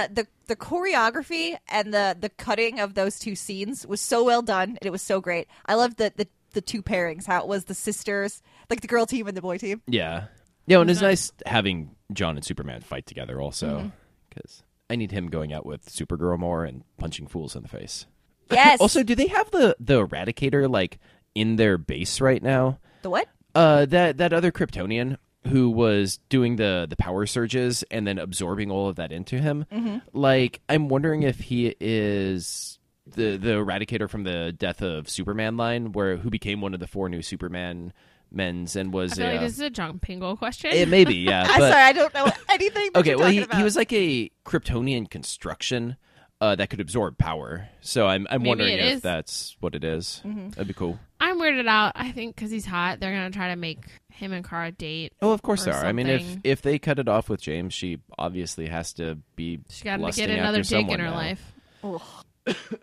S4: The the the choreography and the the cutting of those two scenes was so well done and it was so great. I loved the the, the two pairings, how it was the sisters, like the girl team and the boy team.
S2: Yeah. Yeah, and it's nice having John and Superman fight together
S3: Mm-hmm.
S2: also because I need him going out with Supergirl more and punching fools in the face.
S4: Yes.
S2: Also, do they have the the Eradicator like in their base right now?
S4: the what?
S2: Uh, that that other Kryptonian who was doing the the power surges and then absorbing all of that into him.
S3: Mm-hmm.
S2: Like, I'm wondering if he is the the Eradicator from the Death of Superman line, where who became one of the four new Superman men's and was
S3: I feel
S2: a,
S3: like this is a John Pingle question.
S2: it may be, Eh,
S3: <laughs>
S2: yeah.
S4: I'm
S2: but-
S4: sorry, I don't know anything. That
S2: okay,
S4: you're
S2: well,
S4: talking
S2: he,
S4: about.
S2: he was like a Kryptonian construction uh, that could absorb power. So I'm, I'm
S3: Maybe
S2: wondering
S3: it
S2: if
S3: is. Mm-hmm.
S2: that's what it is. That'd be cool.
S3: I'm weirded out. I think because he's hot, they're gonna try to make him and Kara date.
S2: Oh, of course
S3: Or
S2: they are. I mean, if
S3: something.
S2: if they cut it off with James, she obviously has to be.
S3: She got to
S2: lusting
S3: get another
S2: after
S3: dick in
S2: someone
S3: her
S2: now.
S3: life.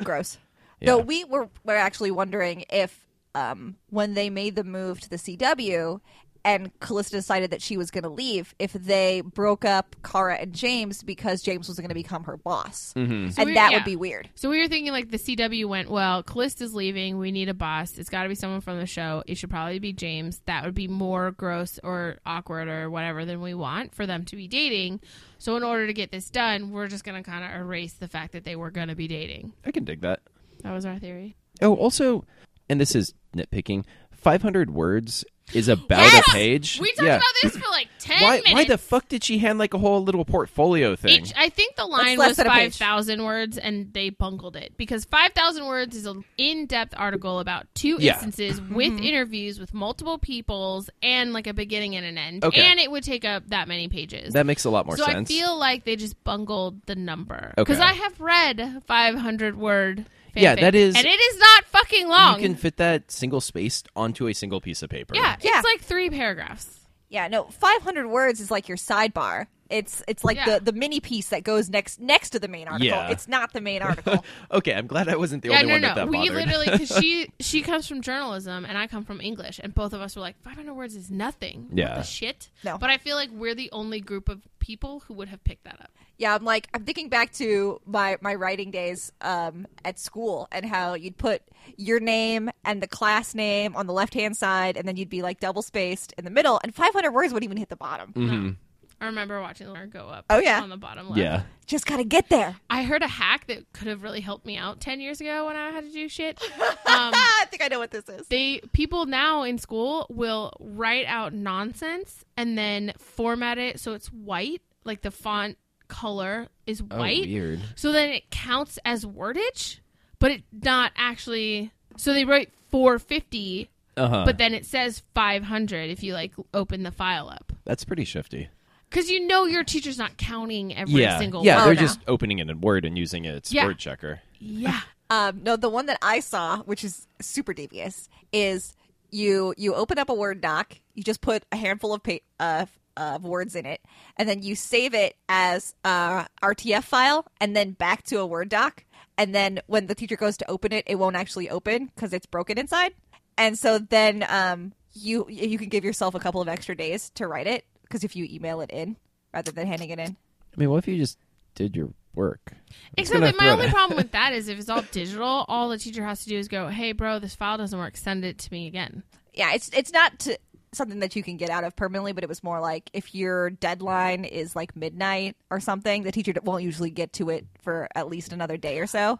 S4: gross.
S2: Yeah.
S4: No, we were were actually wondering if um, when they made the move to the CW and Callista decided that she was going to leave, if they broke up Kara and James because James was going to become her boss,
S2: Mm-hmm.
S3: So we-
S4: and that
S3: yeah.
S4: would be weird.
S3: So we were thinking like the CW went well. Callista's leaving. We need a boss. It's got to be someone from the show. It should probably be James. That would be more gross or awkward or whatever than we want for them to be dating. So in order to get this done, we're just gonna kind of erase the fact that they were gonna be dating.
S2: I can dig that.
S3: That was our theory.
S2: Oh, also, and this is nitpicking. 500 words
S3: <gasps>
S2: is about
S4: Yes!
S2: a page.
S3: We talked
S2: yeah.
S3: about this for
S2: <clears throat>
S3: like ten
S2: why,
S3: minutes.
S2: why the fuck did she hand like a whole little portfolio thing?
S3: Each, I think the line
S4: less
S3: was
S4: than a page.
S3: 5,000 words and they bungled it because 5,000 words is an in depth article about two
S2: Yeah.
S4: <laughs>
S3: instances with
S4: Mm-hmm.
S3: interviews with multiple peoples and like a beginning and an end.
S2: Okay.
S3: And it would take up that many pages.
S2: that makes a lot more
S3: so
S2: sense.
S3: I feel like they just bungled the number. Because
S2: Okay.
S3: I have read 500 word fanfic.
S2: Yeah, that is-
S3: And it is not fucking long.
S2: you can fit that single spaced onto a single piece of paper.
S3: yeah,
S4: Yeah.
S3: it's like three paragraphs.
S4: Yeah, no, 500 words is like your sidebar. It's it's like
S3: Yeah.
S4: the the mini piece that goes next next to the main article.
S2: Yeah.
S4: It's not the
S2: <laughs>
S4: main article.
S2: Okay, I'm glad I wasn't the
S3: yeah,
S2: only
S3: no,
S2: one
S3: no.
S2: that that
S3: we
S2: bothered. <laughs>
S3: literally because she she comes from journalism and I come from English, and both of us were like, 500 words is nothing. What
S2: Yeah.
S3: the shit.
S4: No.
S3: But I feel like we're the only group of people who would have picked that up.
S4: yeah, I'm like I'm thinking back to my my writing days um, at school and how you'd put your name and the class name on the left hand side, and then you'd be like double spaced in the middle, and 500 words wouldn't even hit the bottom.
S3: I remember watching her go up.
S4: Oh, yeah.
S3: on the bottom left.
S2: yeah.
S4: Just gotta get there.
S3: I heard a hack that could have really helped me out ten years ago when I had to
S4: <laughs>
S3: do shit. Um,
S4: Ah, I think I know what this is.
S3: they people now in school will write out nonsense and then format it so it's white, like the font color is
S2: Oh,
S3: white.
S2: weird.
S3: So then it counts as wordage, but it not actually. So they wrote 450,
S2: Uh huh.
S3: but then it says 500 if you like open the file up.
S2: That's pretty shifty.
S3: Because you know your teacher's not counting every
S2: Yeah.
S3: single
S2: yeah,
S4: Oh,
S3: word.
S2: they're
S4: no.
S2: just opening it in Word and using it. It's
S3: Yeah.
S2: Word checker.
S3: Yeah.
S4: Um, no, the one that I saw, which is super devious, is you you open up a Word doc, you just put a handful of pa- of, of words in it, and then you save it as a RTF file, and then back to a Word doc, and then when the teacher goes to open it, it won't actually open because it's broken inside, and so then um, you you can give yourself a couple of extra days to write it because if you email it in rather than handing it in.
S2: I mean, what if you just did your work? It's
S3: Except
S2: gonna
S3: that my
S2: throw
S3: only
S2: it.
S3: problem
S2: <laughs>
S3: with that is if it's all digital, all the teacher has to do is go, hey, bro, this file doesn't work. Send it to me again.
S4: yeah, it's it's not to, something that you can get out of permanently, but it was more like if your deadline is like midnight or something, the teacher won't usually get to it for at least another day or so.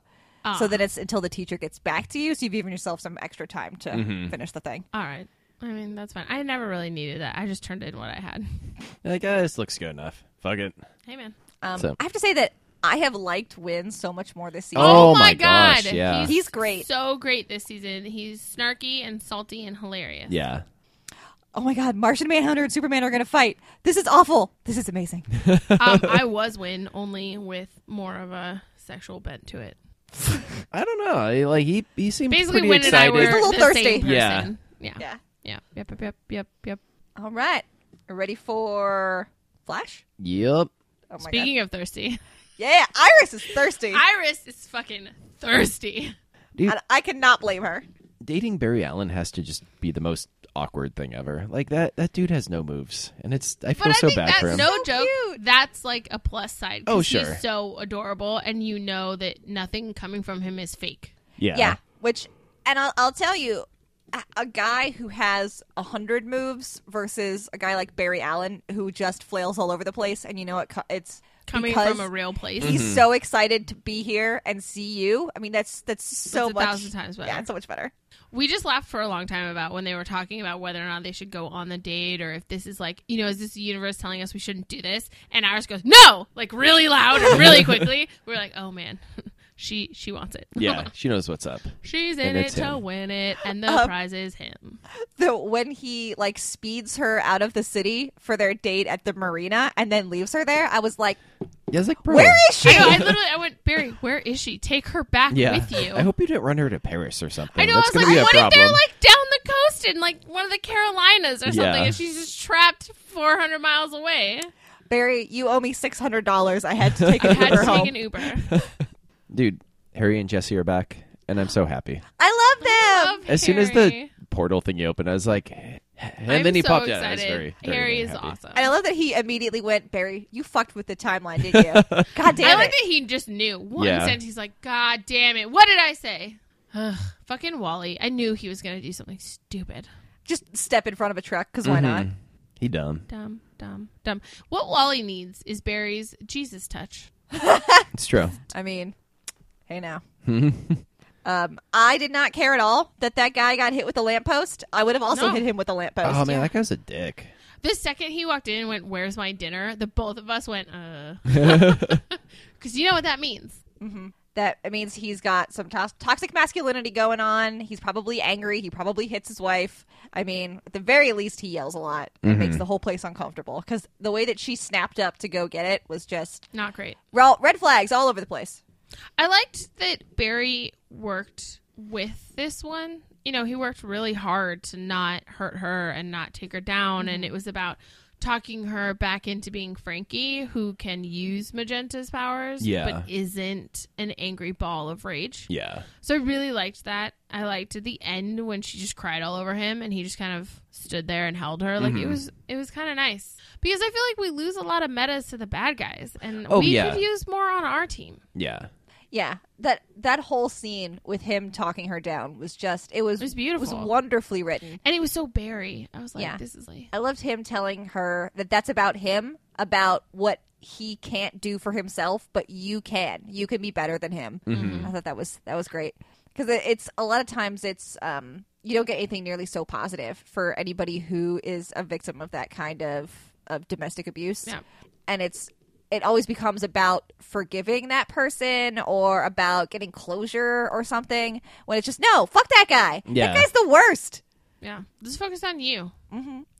S4: So then it's until the teacher gets back to you, so you've given yourself some extra time to finish the thing.
S3: All right. I mean, that's fine. I never really needed that. I just turned in what I had.
S2: You're like, ah, this looks good enough. Fuck it.
S3: Hey, man.
S4: Um,
S2: So-
S4: I have to say that I have liked Win so much more this season.
S2: Oh my gosh, yeah.
S3: He's
S4: He's great.
S3: so great this season. He's snarky and salty and hilarious.
S2: Yeah.
S4: Oh my god, Martian Manhunter and Superman are going to fight. This is awful. This is amazing.
S2: <laughs>
S3: um, I was Win, only with more of a sexual bent to it.
S2: I don't know. I- Like he he seemed
S3: Basically,
S2: pretty
S3: Win and I
S2: excited.
S3: were
S4: He's a little
S3: the
S4: thirsty.
S3: same person.
S2: Yeah.
S3: yeah, yeah,
S4: yeah. Oh
S3: Yep, yep, yep, yep, yep.
S4: All right. Ready for Flash?
S2: Yep.
S4: Oh my god.
S3: Speaking
S4: <laughs>
S3: of thirsty,
S4: Yeah, Iris is thirsty. I,
S3: Iris is fucking thirsty.
S4: and I cannot blame her.
S2: Dating Barry Allen has to just be the most awkward thing ever. Like that that dude has no moves, and it's I <laughs> feel
S3: But I
S2: so
S3: think
S2: bad
S3: that's
S2: for him.
S3: no
S4: So
S3: joke.
S4: cute.
S3: That's like a plus side. 'cause
S2: Oh, sure.
S3: He's so adorable, and you know that nothing coming from him is fake.
S2: yeah.
S4: Yeah, which, and I'll, I'll tell you, a, a guy who has a hundred moves versus a guy like Barry Allen who just flails all over the place, and you know it, co- it's
S3: Coming
S4: because
S3: from a real place.
S4: He's so excited to be here and see you. I mean, that's that's so
S3: It's a
S4: much
S3: thousand times better.
S4: Yeah, it's so much better.
S3: We just laughed for a long time about when they were talking about whether or not they should go on the date or if this is like, you know, is this the universe telling us we shouldn't do this? And ours goes, "No!" like really loud and
S2: <laughs>
S3: really quickly. We're like, "Oh man. <laughs> she she wants it."
S2: Yeah, <laughs> she knows what's up.
S3: She's in
S2: And
S3: it
S2: it's
S3: to
S2: him.
S3: win it and the
S4: Um,
S3: prize is him.
S4: The when he like speeds her out of the city for their date at the marina and then leaves her there, I was like,
S2: Yeah, it's like bro.
S4: where is she?
S3: I, know, I literally I went, "Barry, where is she? Take her back
S2: yeah.
S3: with you."
S2: I hope you didn't run her to Paris or something.
S3: I know. I
S2: That's
S3: was
S2: gonna
S3: like,
S2: be a
S3: what if
S2: problem.
S3: they're like down the coast in like one of the Carolinas or something,
S2: Yeah.
S3: and she's just trapped 400 miles away?
S4: Barry, you owe me six hundred dollars. I had to take
S3: <laughs> I
S4: an
S3: had
S4: Uber
S3: to take
S4: home.
S3: an Uber.
S4: <laughs>
S2: Dude, Harry and Jesse are back, and I'm so happy.
S4: I love them.
S3: Love
S2: As soon as
S3: Harry.
S2: the portal thingy opened, I was like, and
S3: I'm
S2: then he
S3: so
S2: popped
S3: excited.
S2: out. I was very, very,
S3: Harry
S2: very
S3: is
S2: happy.
S3: awesome.
S4: And I love that he immediately went, Barry, you fucked with the timeline, didn't you?
S2: <laughs>
S4: God damn
S3: I
S4: it.
S3: like that he just knew. One
S2: Yeah.
S3: sentence, he's like, "God damn it! What did I say?" Ugh, fucking Wally. I knew he was gonna do something stupid.
S4: Just step in front of a truck, because why not?
S2: Mm-hmm. He dumb.
S3: Dumb, dumb, dumb. What Wally needs is Barry's Jesus touch.
S2: It's true. <laughs>
S4: I mean, hey now. Um, I did not care at all that that guy got hit with a lamppost. I would have also
S3: No.
S4: hit him with a lamppost.
S2: Oh man, that guy's a dick.
S3: The second he walked in and went, "Where's my dinner?" The both of us went, "Uh,"
S2: <laughs>
S3: <laughs> because you know what that means.
S4: That means he's got some tos toxic masculinity going on. He's probably angry. He probably hits his wife. I mean, at the very least, he yells a lot. It
S2: Mm-hmm.
S4: makes the whole place uncomfortable because the way that she snapped up to go get it was just
S3: Not great.
S4: well, red flags all over the place.
S3: I liked that Barry worked with this one. You know, he worked really hard to not hurt her and not take her down.
S2: Mm-hmm.
S3: And it was about talking her back into being Frankie, who can use Magenta's powers,
S2: Yeah.
S3: but isn't an angry ball of rage.
S2: Yeah.
S3: So I really liked that. I liked at the end when she just cried all over him and he just kind of stood there and held her. Like
S2: Mm-hmm.
S3: it was it was kind of nice. Because I feel like we lose a lot of metas to the bad guys and
S2: Oh,
S3: we
S2: yeah.
S3: could use more on our team.
S2: Yeah.
S4: Yeah, that that whole scene with him talking her down was just it was
S3: It was beautiful.
S4: was wonderfully written.
S3: And it was so Barry. I was like
S4: Yeah.
S3: this is like
S4: I loved him telling her that that's about him, about what he can't do for himself, but you can. You can be better than him. I thought that was that was great because it, it's a lot of times it's um, you don't get anything nearly so positive for anybody who is a victim of that kind of of domestic abuse,
S3: Yeah.
S4: and it's it always becomes about forgiving that person or about getting closure or something when it's just no fuck that guy
S2: Yeah.
S4: that guy's the worst
S3: yeah. Just focus on you.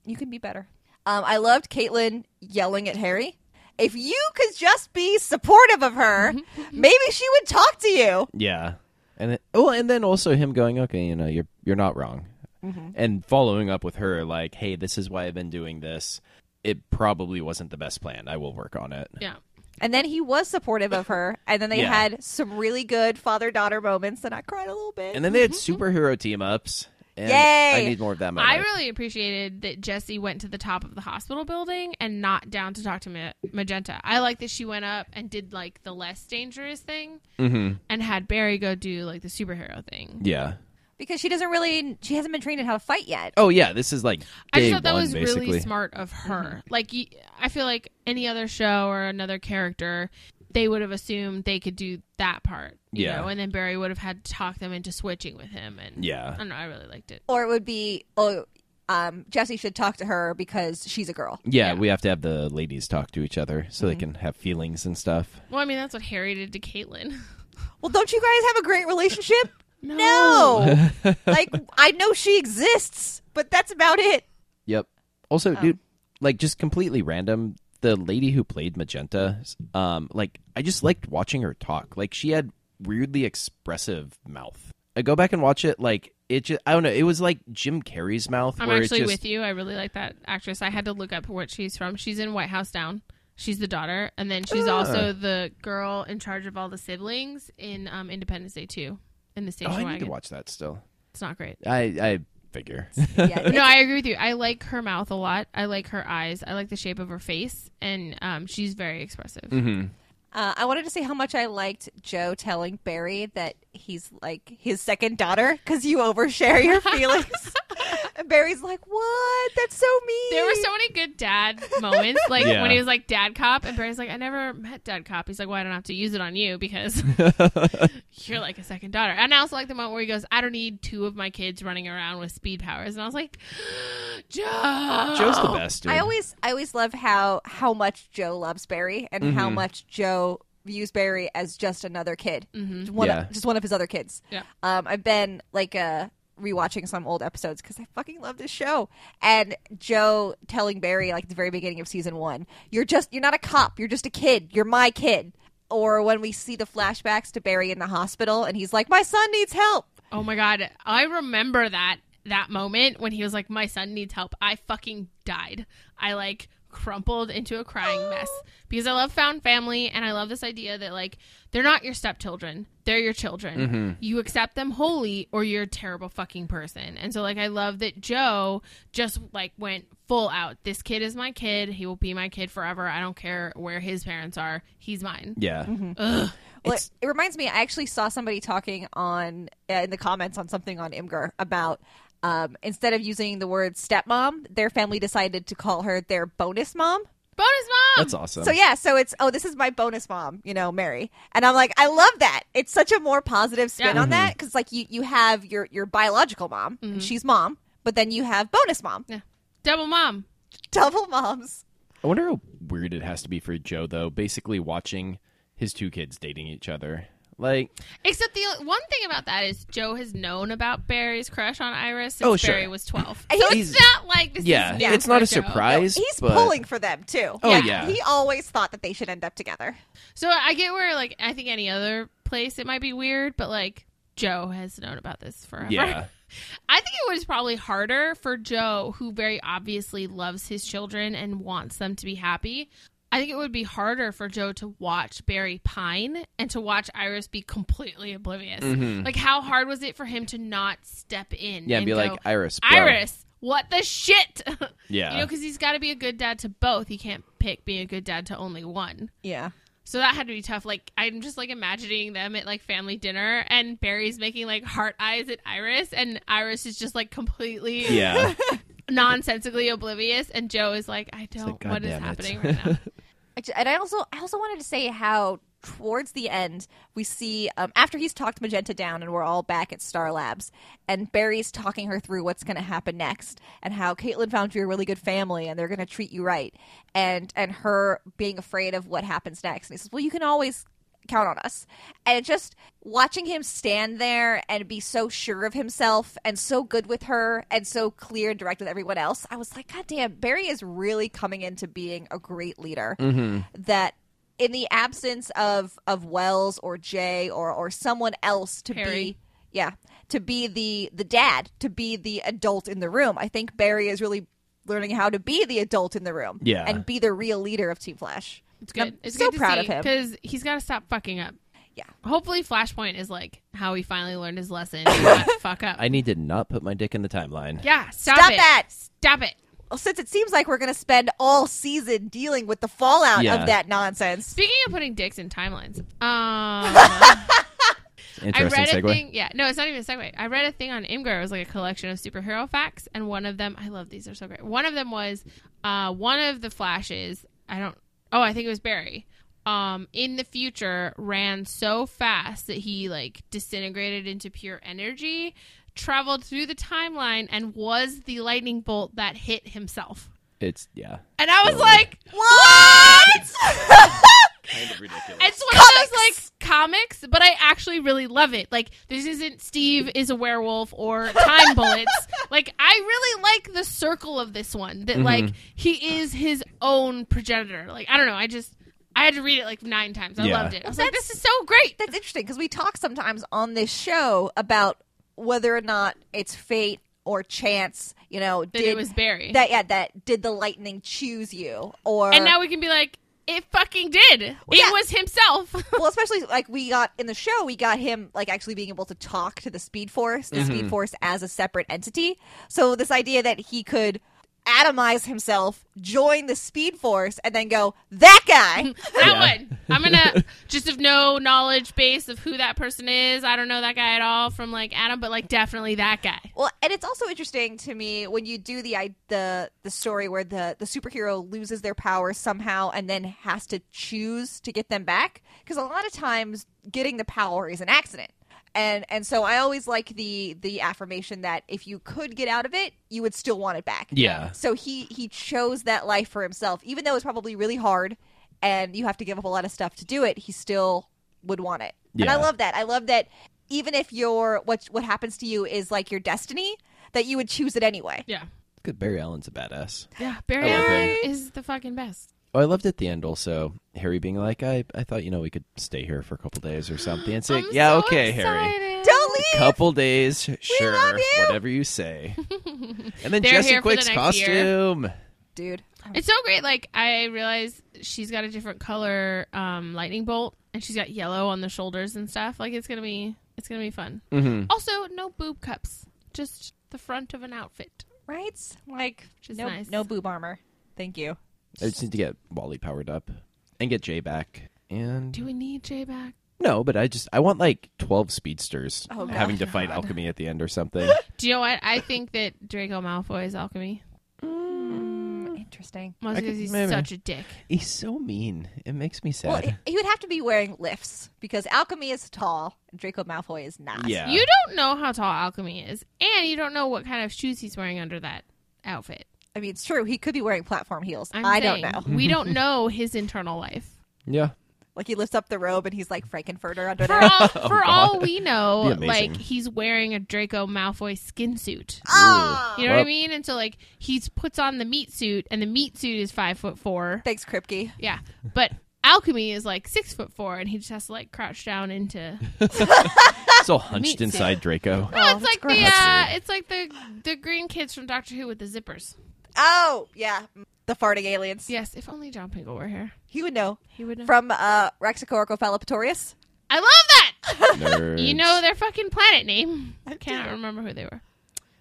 S4: you can be better. Um, I loved Caitlyn yelling at Harry. If you could just be supportive of <laughs> her, maybe she would talk to you.
S2: Yeah. And it, oh, and then also him going, okay, you know, you're you're not wrong,
S3: Mm-hmm.
S2: and following up with her like, hey, this is why I've been doing this. It probably wasn't the best plan. I will work on it.
S3: Yeah.
S4: And then he was supportive of her. And then they
S2: Yeah.
S4: had some really good father daughter moments, and I cried a little bit.
S2: And then they had superhero team ups. And
S4: Yay!
S2: I need more of that. in my
S3: I
S2: life.
S3: really appreciated that Jesse went to the top of the hospital building and not down to talk to Ma- Magenta. I like that she went up and did like the less dangerous thing
S2: Mm-hmm.
S3: and had Barry go do like the superhero thing.
S2: Yeah.
S4: because she doesn't really, she hasn't been trained in how to fight yet.
S2: Oh yeah, this is like day
S3: I just thought that
S2: one,
S3: was
S2: basically.
S3: really smart of her. Like, y- I feel like any other show or another character, they would have assumed they could do that part, you
S2: Yeah.
S3: know, and then Barry would have had to talk them into switching with him. And
S2: Yeah.
S3: I don't know. I really liked it.
S4: Or it would be, oh, um, Jesse should talk to her because she's a girl.
S2: Yeah, we have to have the ladies talk to each other so they
S3: Mm-hmm.
S2: can have feelings and stuff.
S3: Well, I mean, that's what Harry did to <laughs> Caitlin.
S4: Well, don't you guys have a great <laughs> relationship?
S3: No.
S2: <laughs>
S4: no. like, I know she exists, but that's about it.
S2: <laughs> Yep. Also,
S3: Oh.
S2: dude, like just completely random. The lady who played Magenta, um, like I just liked watching her talk. Like she had weirdly expressive mouth. I go back and watch it. Like it just, I don't know. It was like Jim Carrey's mouth.
S3: I'm
S2: where it
S3: actually
S2: just-
S3: with you. I really like that actress. I had to look up what she's from. She's in White House Down. She's the daughter, and then she's
S2: Ah.
S3: also the girl in charge of all the siblings in um, Independence Day 2 in the station
S2: Oh, I need to
S3: wagon.
S2: watch that still.
S3: It's
S2: <laughs>
S3: not great.
S2: I I figure.
S4: Yeah,
S3: No, I agree with you. I like her mouth a lot. I like her eyes. I like the shape of her face, and um, she's very expressive.
S4: Uh, I wanted to say how much I liked Joe telling Barry that he's like his second daughter because you overshare
S3: <laughs>
S4: your feelings. and Barry's like, "What? That's so mean."
S3: There were so many good dad moments, like
S2: Yeah.
S3: when he was like dad cop, and Barry's like, "I never met dad cop." He's like, "Well, I don't have to use it on
S2: <laughs>
S3: you because you're like a second daughter." And I also like the moment where he goes, "I don't need two of my kids running around with speed powers," and I was like, <gasps> "Joe,
S2: Joe's the best. Dude.
S4: I always, I always love how how much Joe loves Barry and how much Joe views Barry as just another kid, just, one
S2: Yeah.
S4: of, just one of his other kids.
S3: Yeah.
S4: Um, I've been like uh, rewatching some old episodes because I fucking love this show. And Joe telling Barry like at the very beginning of season one, "You're just, you're not a cop. You're just a kid. You're my kid." Or when we see the flashbacks to Barry in the hospital, and he's like, "My son needs help."
S3: Oh my god, I remember that that moment when he was like, "My son needs help." I fucking died. I like crumpled into a crying mess because I love found family and I love this idea that like they're not your stepchildren, they're your children. You accept them wholly or you're a terrible fucking person. And so like I love that Joe just like went full out. This kid is my kid. He will be my kid forever. I don't care where his parents are. He's mine.
S2: Yeah.
S3: Ugh.
S4: Well,
S2: It's-
S4: it, it reminds me. I actually saw somebody talking on uh, in the comments on something on Imgur about um, instead of using the word stepmom, their family decided to call her their bonus mom.
S3: Bonus mom.
S2: That's awesome.
S4: So yeah, so it's oh, this is my bonus mom, you know, Mary, and I'm like, I love that. It's such a more positive spin
S3: Yeah.
S4: on that
S2: Mm-hmm.
S4: because like you you have your your biological mom, and she's mom, but then you have bonus mom, <laughs>
S3: Yeah. Double mom.
S4: double moms.
S2: I wonder how weird it has to be for Joe though. Basically, watching his two kids dating each other. Like,
S3: Except the one thing about that is Joe has known about Barry's crush on Iris since
S2: Oh, sure.
S3: Barry was twelve. So
S4: He's-
S3: it's not like this.
S2: yeah,
S3: is new
S2: it's not
S3: for
S2: a
S3: Joe.
S2: surprise.
S4: He's
S2: but-
S4: pulling for them too.
S2: Oh, yeah.
S4: he always thought that they should end up together.
S3: So I get where like I think any other place it might be weird, but like Joe has known about this forever.
S2: Yeah.
S3: <laughs> I think it was probably harder for Joe, who very obviously loves his children and wants them to be happy. I think it would be harder for Joe to watch Barry pine and to watch Iris be completely oblivious. Like, how hard was it for him to not step in?
S2: Mm-hmm. Yeah, and be
S3: go,
S2: like Iris. bro."
S3: Iris, what the shit? <laughs>
S2: Yeah.
S3: you know, because he's got to be a good dad to both. He can't pick being a good dad to only one.
S4: Yeah,
S3: So that had to be tough. Like I'm just like imagining them at like family dinner and Barry's making like heart eyes at Iris and Iris is just like completely
S2: Yeah.
S3: nonsensically oblivious and Joe is like, I don't
S2: like, "God
S3: what is
S2: damn it."
S3: happening right now.
S2: <laughs>
S4: I ju- and I also I also wanted to say how towards the end we see um, after he's talked Magenta down and we're all back at Star Labs and Barry's talking her through what's going to happen next and how Caitlin found you a really good family and they're going to treat you right and and her being afraid of what happens next and he says well you can always count on us and just watching him stand there and be so sure of himself and so good with her and so clear and direct with everyone else i was like god damn barry is really coming into being a great leader that in the absence of of wells or jay or or someone else to
S3: Perry.
S4: be yeah to be the the dad to be the adult in the room i think barry is really learning how to be the adult in the room
S2: Yeah.
S4: and be the real leader of team flash
S3: It's good.
S4: I'm
S3: it's
S4: so
S3: good to
S4: proud
S3: see
S4: of him.
S3: because he's got to stop fucking up.
S4: Yeah.
S3: Hopefully, Flashpoint is like how he finally learned his lesson.
S2: <laughs>
S3: and not fuck up.
S2: I need to not put my dick in the timeline.
S3: yeah. Stop,
S4: Stop
S3: it.
S4: that.
S3: Stop it.
S4: Well, since it seems like we're going to spend all season dealing with the fallout
S2: Yeah.
S4: of that nonsense.
S3: Speaking of putting dicks in timelines, um, I
S2: <laughs> Interesting
S3: read a
S2: segue.
S3: thing. Yeah, no, it's not even a segue. I read a thing on Imgur. It was like a collection of superhero facts, and one of them, I love these. They're so great. One of them was, uh, one of the flashes. I don't. Oh, I think it was Barry. Um, in the future, ran so fast that he like disintegrated into pure energy, traveled through the timeline, and was the lightning bolt that hit himself.
S2: It's yeah.
S3: And I was
S2: Whoa.
S3: like,
S4: What? <laughs>
S2: Kind of ridiculous.
S3: It's one of those
S4: Comics!
S3: like comics, but I actually really love it. Like this isn't Steve is a werewolf or time
S4: <laughs>
S3: bullets. Like I really like the circle of this one that
S2: Mm-hmm.
S3: like he is his own progenitor. Like I don't know, I just I had to read it like nine times. I
S2: Yeah.
S3: loved it. I was like, this is so great.
S4: That's interesting because we talk sometimes on this show about whether or not it's fate or chance. You know,
S3: That it was Barry.
S4: that yeah that did the lightning choose you or
S3: and now we can be like, it fucking did.
S4: yeah.
S3: It was himself. <laughs>
S4: well, especially like we got in the show, we got him like actually being able to talk to the Speed Force, the Speed Force as a separate entity. So this idea that he could atomize himself, join the Speed Force, and then go that guy.
S3: that
S2: Yeah.
S3: one. I'm
S2: <laughs>
S3: gonna just of no knowledge base of who that person is. I don't know that guy at all from like Adam, but like definitely that guy.
S4: well, and it's also interesting to me when you do the i- the the story where the the superhero loses their power somehow and then has to choose to get them back because a lot of times getting the power is an accident. And and so I always like the the affirmation that if you could get out of it, you would still want it back.
S2: Yeah.
S4: So he he chose that life for himself, even though it's probably really hard, and you have to give up a lot of stuff to do it. He still would want it, and I
S2: Yeah.
S4: love that. I love that. Even if your what what happens to you is like your destiny, that you would choose it anyway.
S3: Yeah.
S2: Good. Barry Allen's a badass.
S3: Yeah, Barry
S2: I love
S3: Allen is the fucking best.
S2: Oh, I loved at the end also Harry being like, I, I thought you know we could stay here for a couple days or something. And say,
S3: I'm
S2: yeah,
S3: so
S2: okay, Harry.
S3: excited.
S4: Don't leave.
S2: Couple days, sure,
S4: love you.
S2: whatever you say. And then
S3: They're
S2: Jesse
S3: here for the
S2: Quick's
S3: next year.
S2: costume.
S4: dude.
S3: It's so great. Like I realize she's got a different color um, lightning bolt, and she's got yellow on the shoulders and stuff. Like it's gonna be, it's gonna be fun.
S2: Mm-hmm.
S3: Also, no boob cups, just the front of an outfit.
S4: Right? Like
S3: Which is
S4: no
S3: nice.
S4: no boob armor. Thank you.
S2: I just need to get Wally powered up and get Jay back. And
S3: Do we need Jay back?
S2: no, but I just I want like twelve speedsters
S4: Oh,
S2: having to
S3: God.
S2: fight alchemy at the end or something.
S3: Do you know what? I think that Draco Malfoy is alchemy.
S4: Interesting.
S3: Mostly
S2: I could-
S3: because he's
S2: maybe.
S3: such a dick.
S2: He's so mean. It makes me
S4: Well,
S2: sad.
S4: he he would have to be wearing lifts because Alchemy is tall and Draco Malfoy is not.
S2: yeah.
S3: You don't know how tall Alchemy is, and you don't know what kind of shoes he's wearing under that outfit.
S4: I mean, it's true. He could be wearing platform heels.
S3: I'm
S4: I don't
S3: saying,
S4: know.
S3: We don't know his internal life.
S2: yeah.
S4: Like he lifts up the robe and he's like Frankenfurter under
S3: <laughs> For
S4: there.
S3: all, for all we know,
S2: Be amazing.
S3: like he's wearing a Draco Malfoy skin suit.
S4: Ah!
S3: You know what I
S2: Well-
S3: mean? And so like he's puts on the meat suit, and the meat suit is five foot four.
S4: Thanks, Kripke.
S3: Yeah, but Alchemy is like six foot four, and he just has to like crouch down into. <laughs>
S2: So hunched
S3: too.
S2: inside Draco.
S3: No, it's like the
S4: gross.
S3: uh, it's like the the green kids from Doctor Who with the zippers.
S4: Oh yeah, the farting aliens.
S3: Yes, if only John Pingle were here,
S4: He would know
S3: he would know.
S4: from uh, Raxacoricophalopatorius.
S3: I love that.
S2: Nerds.
S3: You know their fucking planet name. I cannot
S4: do.
S3: remember who they were.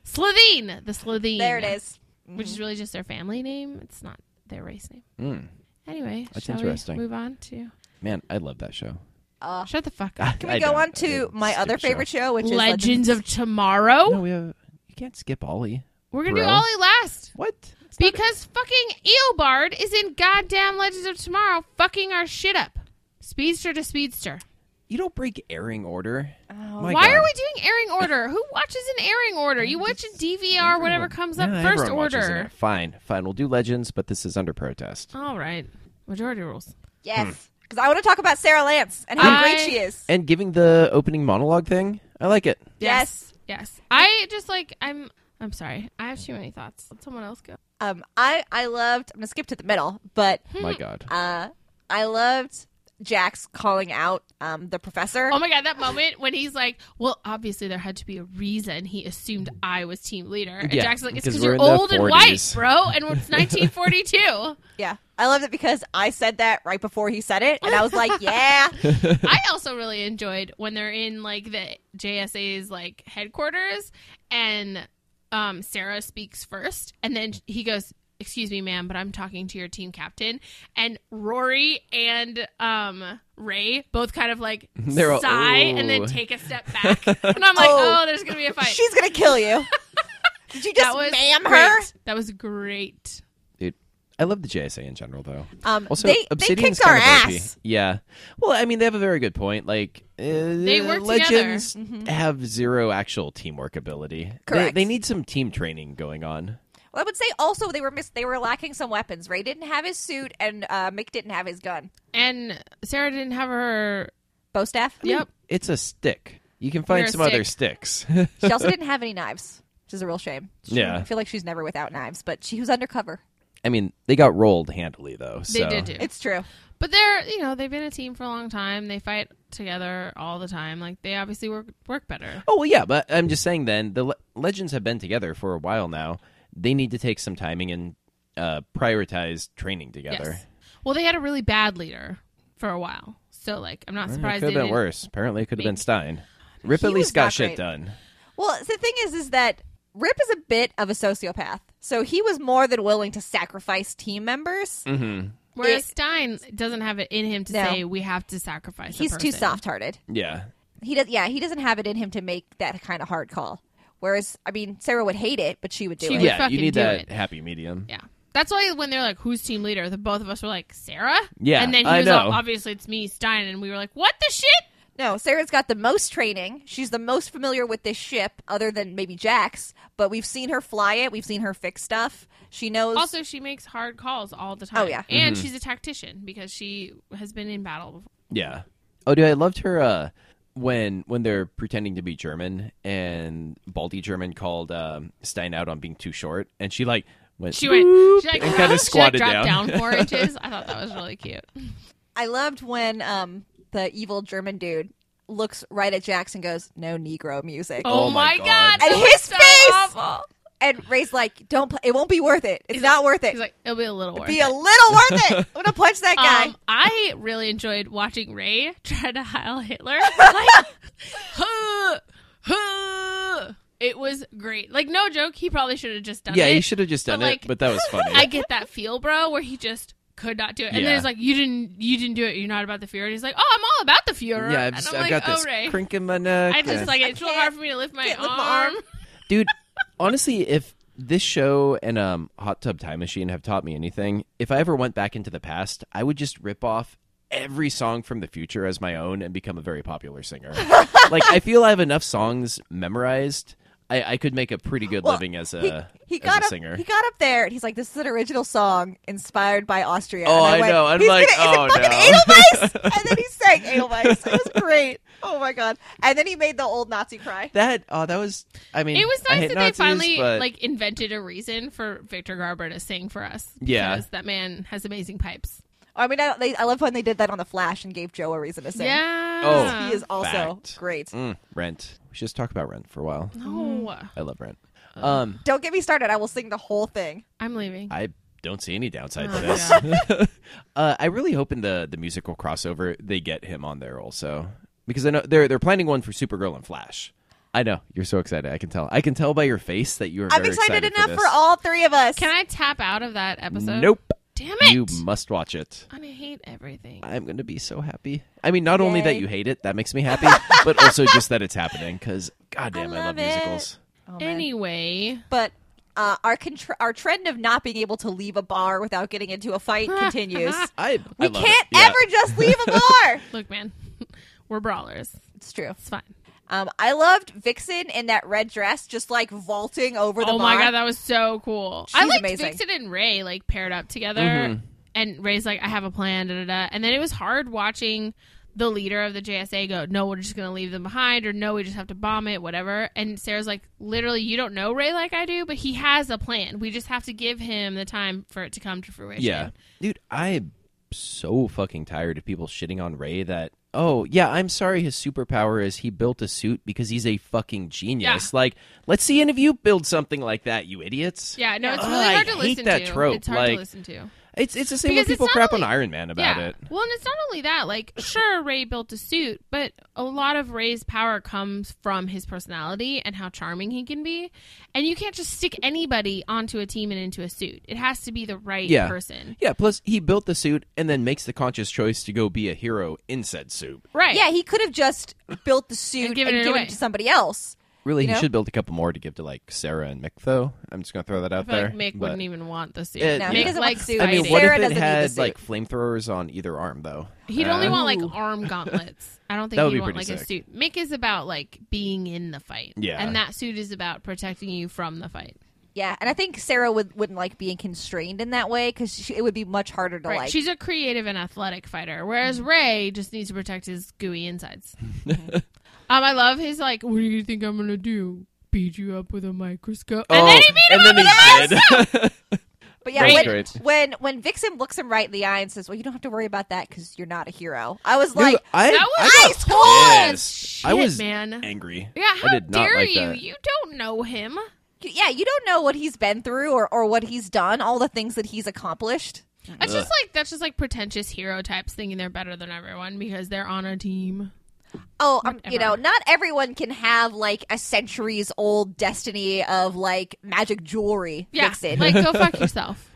S3: Slitheen, the Slitheen.
S4: There it is. Mm-hmm.
S3: Which is really just their family name. It's not their race name.
S2: Mm.
S3: Anyway,
S2: That's
S3: shall
S2: interesting.
S3: we move on to?
S2: Man, I love that show.
S4: Uh,
S3: Shut the fuck up.
S4: can we go on to my other favorite show, which is
S3: Legends of Tomorrow.
S2: No, we have. You can't skip Ollie.
S3: We're gonna do
S2: Bro.
S3: Ollie last.
S2: What?
S3: Because fucking Eobard is in goddamn Legends of Tomorrow fucking our shit up. Speedster to speedster.
S2: You don't break airing order.
S4: Oh.
S2: My
S3: Why
S2: God.
S3: are we doing airing order? Who watches an airing order? You watch a DVR, whatever
S2: Everyone-
S3: comes up
S2: Yeah,
S3: first
S2: everyone watches
S3: order.
S2: it. Fine, fine. We'll do Legends, but this is under protest.
S3: All right. Majority rules.
S4: Yes, because I want to talk about Sarah Lance and how
S3: I-
S4: great she is.
S2: And giving the opening monologue thing, I like it.
S4: Yes.
S3: Yes. I just like I'm I'm sorry. I have too many thoughts. Let someone else go.
S4: Um, I I loved. I'm gonna skip to the middle, but
S3: Hmm.
S2: My God.
S4: uh, I loved Jax calling out um the professor.
S3: Oh my god, that moment when he's like, "Well, obviously there had to be a reason he assumed I was team leader." And
S2: Yeah,
S3: Jack's like, "It's
S2: because
S3: because
S2: we're
S3: you're
S2: in the
S3: old and white,
S2: 40s."
S3: bro, and
S2: <laughs>
S3: it's 1942."
S4: Yeah, I loved it because I said that right before he said it, and I was
S3: <laughs>
S4: like, yeah,
S3: I also really enjoyed when they're in like the JSA's like headquarters and um, Sarah speaks first and then he goes, "Excuse me, ma'am, but I'm talking to your team captain." And Rory and um, Ray both kind of like
S2: They're all,
S3: sigh and
S2: "Ooh."
S3: then take a step back. and I'm like,
S4: Oh.
S3: "Oh, there's going to be a fight."
S4: she's gonna kill
S3: <laughs>
S4: you. Did you just ma'am her?
S3: great. That was great.
S2: Dude, I love the JSA in general, though.
S4: Um,
S2: Also,
S4: they, they
S2: Obsidian's
S4: kicked our
S2: kind of OP.
S4: ass.
S2: Yeah. Well, I mean, they have a very good point. Like, uh, they
S3: work Mm-hmm.
S2: Legends have zero actual teamwork ability. They-
S4: Correct.
S2: They, need some team training going on.
S4: Well, I would say also they were miss- they were lacking some weapons. Ray didn't have his suit, and uh, Mick didn't have his gun.
S3: And Sarah didn't have her.
S4: Bow staff.
S3: Yep.
S2: It's a stick. You can find
S3: You're a
S2: some other sticks.
S4: <laughs>
S2: <laughs>
S4: she also didn't have any knives, which is a real shame.
S2: Yeah.
S4: I feel like she's never without knives, but she was undercover.
S2: I mean, they got rolled handily, though.
S3: They
S2: so.
S3: did do.
S4: It's true.
S3: But they're, you know, they've been a team for a long time. They fight together all the time. Like they obviously work work better.
S2: Oh well, yeah, but I'm just saying. Then the le- legends have been together for a while now. They need to take some timing and uh, prioritize training together.
S3: Yes. Well, they had a really bad leader for a while. So like, I'm not
S2: It
S3: surprised.
S2: could have
S3: they
S2: been
S3: didn't-
S2: worse. Apparently, it could have been Stein. Rip at
S4: He was
S2: least got
S4: not
S2: shit
S4: great.
S2: done.
S4: Well, the thing is, is that Rip is a bit of a sociopath, so he was more than willing to sacrifice team members.
S3: Mm-hmm. Whereas
S4: It-
S3: Stein doesn't have it in him to
S4: No.
S3: say we have to sacrifice. a
S4: He's too
S3: person."
S4: soft-hearted.
S2: Yeah,
S4: He does. Yeah, he doesn't have it in him to make that kind of hard call. Whereas, I mean, Sarah would hate it, but she would do
S3: She
S4: it.
S3: would.
S2: yeah. You
S3: fucking
S2: need
S3: do
S2: that
S3: it.
S2: happy medium.
S3: Yeah. That's why when they're like, "Who's team leader?" The both of us were like, "Sarah."
S2: Yeah,
S3: And then he
S2: I
S3: was all,
S2: know.
S3: "Obviously, it's me, Stein." And we were like, "What the shit?"
S4: No, Sarah's got the most training. She's the most familiar with this ship, other than maybe Jax. But we've seen her fly it. We've seen her fix stuff. She knows.
S3: Also, she makes hard calls all the time.
S4: Oh, yeah.
S3: and
S2: Mm-hmm.
S3: she's a tactician because she has been in battle before.
S2: Yeah. Oh, dude, I loved her uh, when when they're pretending to be German and Baldy German called um, Stein out on being too short, and she like went.
S3: She went. She like,
S2: and kinda
S3: she, like,
S2: squatted
S3: dropped
S2: down. <laughs>
S3: down. four inches. I thought that was really cute.
S4: I loved when um, the evil German dude looks right at Jax and goes, "No Negro music."
S2: Oh my God.
S3: that
S4: And
S3: was
S4: his
S3: so
S4: face!
S3: Awful.
S4: And Ray's like, "Don't. Play- it won't be worth it. It's not worth it.
S3: He's like, it'll be a little worse.
S4: be a little
S3: <laughs>
S4: worth it." I'm gonna punch that guy.
S3: um, I really enjoyed watching Ray <laughs> try to heil
S4: <laughs>
S3: Hitler. Like, <laughs> huh, huh. it was great. Like, no joke. He probably should have just done
S2: yeah,
S3: it.
S2: he should have just
S3: But,
S2: done
S3: like,
S2: it, but that
S3: <laughs>
S2: was funny.
S3: I get that feel, bro, where he just could not do it. And
S2: Yeah.
S3: then he's like, "You didn't, you didn't do it. You're not about the Fuhrer." And he's like, "Oh, I'm all about the Fuhrer."
S2: yeah, I've,
S3: and
S2: just,
S3: I'm
S2: I've
S3: like,
S2: got
S3: "Oh,
S2: this
S3: Ray."
S2: crink in my neck.
S3: I just
S2: and-
S3: like it's real
S4: can't-
S3: hard for me to lift my
S4: can't lift my
S3: arm.
S4: arm.
S2: dude honestly if this show and um, Hot Tub Time Machine have taught me anything. If I ever went back into the past, I would just rip off every song from the future as my own and become a very popular
S3: <laughs>
S2: singer. like I feel I have enough songs memorized. I, I could make a pretty good
S4: Well,
S2: living as
S4: he,
S2: a uh,
S4: he
S2: as
S4: got
S2: a
S4: up,
S2: singer.
S4: He got up there and he's like, "This is an original song inspired by Austria."
S2: Oh,
S4: and
S2: I
S4: went,
S2: know. I'm
S4: "He's
S2: like,
S4: gonna,
S2: oh,
S4: is it fucking
S2: <laughs> no.
S4: Edelweiss?" and then he sang Edelweiss. It was great. Oh my god! And then he made the old Nazi cry.
S2: that oh that was I mean
S3: It was
S2: I
S3: nice
S2: hate
S3: that
S2: Nazis,
S3: they finally
S2: but-
S3: like invented a reason for Victor Garber to sing for us.
S2: Yeah.
S3: because that man has amazing pipes.
S4: I mean, I, they, I love when they did that on the Flash and gave Joe a reason to sing.
S3: Yeah.
S2: Oh.
S4: he is also
S2: Fact.
S4: great.
S2: Mm, Rent. We should just talk about Rent for a while.
S3: No,
S2: I love Rent.
S3: Uh-huh.
S2: Um,
S4: Don't get me started. I will sing the whole thing.
S3: I'm leaving.
S2: I don't see any downside to
S3: Oh,
S2: this. <laughs> uh, I really hope in the the musical crossover they get him on there also because I know they're they're planning one for Supergirl and Flash. I know you're so excited. I can tell. I can tell by your face that you are.
S4: I'm
S2: very
S4: excited, enough
S2: for,
S4: for all three of us.
S3: Can I tap out of that episode?
S2: Nope.
S3: Damn it!
S2: You must watch it.
S3: I hate everything.
S4: Oh,
S2: I'm going to be so happy. I mean, not only that
S4: Yay.
S2: you hate it, that makes me happy, but also just that it's happening because, goddamn, I,
S4: <laughs> I love it.
S2: musicals.
S4: Oh, man.
S3: anyway,
S4: but uh, our contr our trend of not being able to leave a bar without getting into a
S3: <laughs>
S4: fight continues.
S2: I,
S4: we can't ever just leave
S2: <laughs>
S4: a bar.
S3: look, man, <laughs> we're brawlers.
S4: it's true.
S3: It's fine.
S4: Um, I loved Vixen in that red dress, just like vaulting over the
S3: oh
S4: bar.
S3: my god, that was so cool.
S4: She's
S3: I liked
S4: amazing.
S3: Vixen and Ray like paired up together,
S2: Mhm.
S3: and Ray's like, "I have a plan," da da da. And then it was hard watching the leader of the JSA go, "No, we're just gonna leave them behind," or "No, we just have to bomb it," whatever. And Sarah's like, "Literally, you don't know Ray like I do, but he has a plan. We just have to give him the time for it to come to fruition."
S2: Yeah. Dude, I'm so fucking tired of people shitting on Ray that, oh, yeah, I'm sorry his superpower is he built a suit because he's a fucking genius. Like, let's see any of you build something like that, you idiots.
S3: Yeah, no, it's
S2: Ugh,
S3: really
S2: I
S3: hard to
S2: hate
S3: listen
S2: that
S3: to.
S2: trope,
S3: It's hard
S2: like-
S3: to listen to.
S2: It's, it's the same when
S3: Because it's
S2: people
S3: not
S2: crap on
S3: only-
S2: Iron Man about it.
S3: Well, and it's not only that. Like, sure, Ray built a suit, but a lot of Ray's power comes from his personality and how charming he can be. And you can't just stick anybody onto a team and into a suit. It has to be the right
S2: Yeah.
S3: person,
S2: Yeah, plus he built the suit and then makes the conscious choice to go be a hero in said suit.
S3: right?
S4: Yeah, he could have just built the suit and
S3: given
S4: given
S3: it
S4: it,
S3: away.
S4: to somebody else.
S2: Really,
S4: You
S2: he
S4: know?
S2: should build a couple more to give to like Sarah and Mick, though. I'm just gonna throw that out
S3: I feel
S2: there.
S3: like Mick
S2: but-
S3: wouldn't even want the suit.
S2: Uh,
S4: No,
S2: Yeah.
S4: he
S3: Mick
S4: doesn't want
S3: likes
S4: the suit.
S2: I mean,
S3: fighting.
S2: what
S4: Sarah
S2: if it
S4: doesn't need the
S2: had
S4: suit.
S2: like flamethrowers on either arm, though?
S3: He'd
S2: Uh,
S3: only want like arm gauntlets.
S2: <laughs>
S3: I don't think
S2: That would
S3: he'd
S2: be
S3: want like
S2: pretty
S3: a
S2: sick.
S3: suit. Mick is about like being in the fight.
S2: Yeah.
S3: And that suit is about protecting you from the fight.
S4: Yeah, and I think Sarah would wouldn't like being constrained in that way because it would be much harder to
S3: Right.
S4: like.
S3: She's a creative and athletic fighter, whereas Ray just needs to protect his
S2: <laughs>
S3: gooey insides. um, I love his like, "What do you think I'm gonna do? Beat you up with a microscope?"
S2: Oh,
S3: and then he beat
S2: and
S3: him up
S2: then
S3: with
S2: he <laughs>
S3: a
S2: did.
S4: But yeah,
S2: Great.
S4: when,
S2: Great.
S4: when when Vixen looks him right in the eye and says, "Well, you don't have to worry about that because you're not a hero," <laughs> I was
S2: Dude,
S4: like,
S2: I,
S3: That was
S2: I got
S3: ice cold.
S2: pissed.
S3: Shit,
S2: I was
S3: man.
S2: angry.
S3: Yeah,
S2: I
S3: how
S2: did not
S3: dare
S2: like
S3: you?
S2: that.
S3: You don't know him.
S4: "Yeah, you don't know what he's been through or or what he's done, all the things that he's accomplished."
S3: That's just like that's just like pretentious hero types thinking they're better than everyone because they're on a team.
S4: Oh, um, you know,
S3: Whatever.
S4: not everyone can have like a centuries old destiny of like magic jewelry.
S3: Yeah,
S4: Vixen.
S3: like go fuck yourself.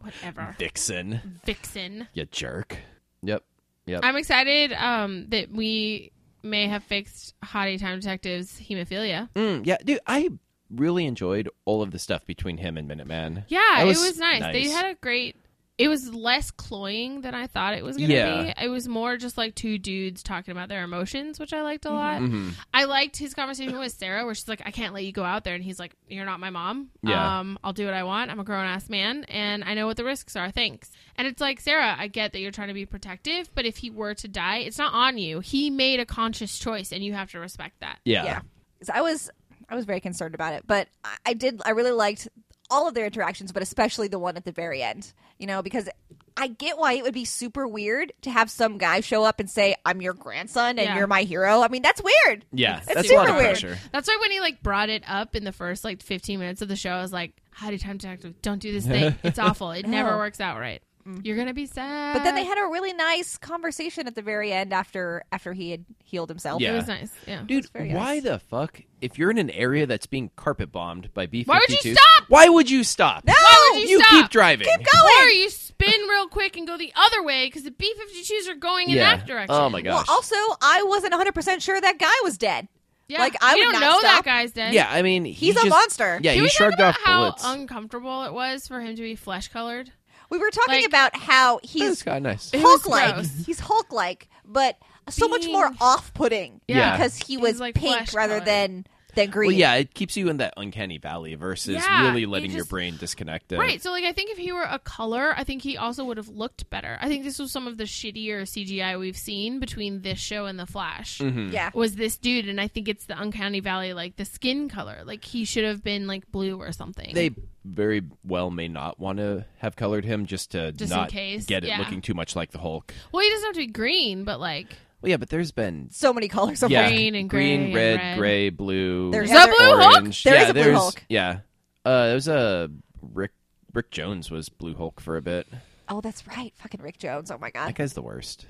S3: Whatever,
S2: Vixen,
S3: vixen.
S2: you jerk. Yep, yep.
S3: I'm excited um, that we may have fixed Hottie Time Detective's hemophilia.
S2: Mm, yeah, dude, I really enjoyed all of the stuff between him and Minuteman.
S3: Yeah,
S2: That
S3: it was nice. They
S2: nice.
S3: had a great. It was less cloying than I thought it was going to
S2: Yeah.
S3: be. It was more just like two dudes talking about their emotions, which I liked a lot.
S2: Mhm.
S3: I liked his conversation with Sarah, where she's like, "I can't let you go out there," and he's like, "You're not my mom.
S2: Yeah.
S3: Um, I'll do what I want. I'm a grown ass man, and I know what the risks are. Thanks." And it's like, Sarah, I get that you're trying to be protective, but if he were to die, it's not on you. He made a conscious choice, and you have to respect that.
S2: Yeah.
S4: yeah. 'Cause I was I was very concerned about it, but I, I did I really liked all of their interactions, but especially the one at the very end. You know, because I get why it would be super weird to have some guy show up and say, "I'm your grandson and
S3: Yeah.
S4: you're my hero." I mean, that's weird.
S2: Yeah,
S3: It's
S2: that's a
S3: super
S2: lot of
S4: weird.
S2: pressure.
S3: That's why when he like brought it up in the first like 15 minutes of the show, I was like, "Howdy, time detective, don't do
S2: <laughs>
S3: this thing. It's awful. It never
S4: No. Mm.
S3: works out right. You're gonna be sad."
S4: But then they had a really nice conversation at the very end after after he had healed himself.
S3: It
S2: Yeah.
S3: was nice. Yeah.
S2: Dude,
S4: very
S2: why
S4: nice.
S2: the fuck? If you're in an area that's being carpet bombed by B-52s,
S3: Why would you stop?
S2: Why would you stop? No,
S3: Why would you stop?
S2: keep driving. Keep going.
S3: Or you spin real quick and go the other way because the B 52s are going in
S2: Yeah.
S3: that direction.
S2: Oh my
S3: god.
S2: gosh.
S4: Well, also, I wasn't 100% sure that guy was dead.
S3: Yeah,
S4: Like, I
S3: we
S4: would not
S3: don't know that
S4: stop.
S3: guy's dead.
S2: Yeah, I mean, he
S4: He's a
S2: just-
S4: monster.
S2: Yeah,
S3: Can
S2: he
S3: we talk
S2: shrugged
S3: about
S2: off
S3: how
S2: bullets.
S3: uncomfortable it was for him to be flesh colored?
S4: We were talking
S3: Like-
S4: about how
S2: That's
S4: he's
S2: kind of nice.
S3: It was
S4: Hulk like.
S3: gross.
S4: <laughs> He's Hulk like, but so much more
S3: Being-
S4: off putting
S2: Yeah.
S4: because he was
S3: He's, like,
S4: pink
S3: flesh
S4: rather
S3: colored.
S4: than than green.
S2: Well, yeah, it keeps you in that uncanny valley versus
S3: Yeah,
S2: really
S3: you
S2: letting your
S3: just-
S2: brain disconnect. It.
S3: Right. So, like, I think if he were a color, I think he also would have looked better. I think this was some of the shittier CGI we've seen between this show and The Flash.
S2: Mhm.
S4: Yeah.
S3: Was this dude, and I think it's the uncanny valley, like the skin color. Like he should have been like blue or something.
S2: They very well may not want to have colored him just to
S3: Just in
S2: not
S3: case,
S2: get it
S3: yeah.
S2: looking too much like the Hulk.
S3: well, he doesn't have to be green, but like
S2: Well, yeah, but there's been
S4: So many colors of
S2: yeah,
S4: green.
S3: Green and
S2: green,
S3: gray
S2: red,
S3: and red.
S2: gray, blue,
S4: There's
S3: Is that blue Hulk?
S2: orange.
S4: There
S2: yeah,
S4: is a blue
S2: there's-
S4: Hulk.
S2: Yeah, uh, there was a Rick. Rick Jones was Blue Hulk for a bit.
S4: Oh, that's right. Fucking Rick Jones. Oh my
S2: That
S4: god.
S2: guy's the
S4: <laughs>
S2: worst.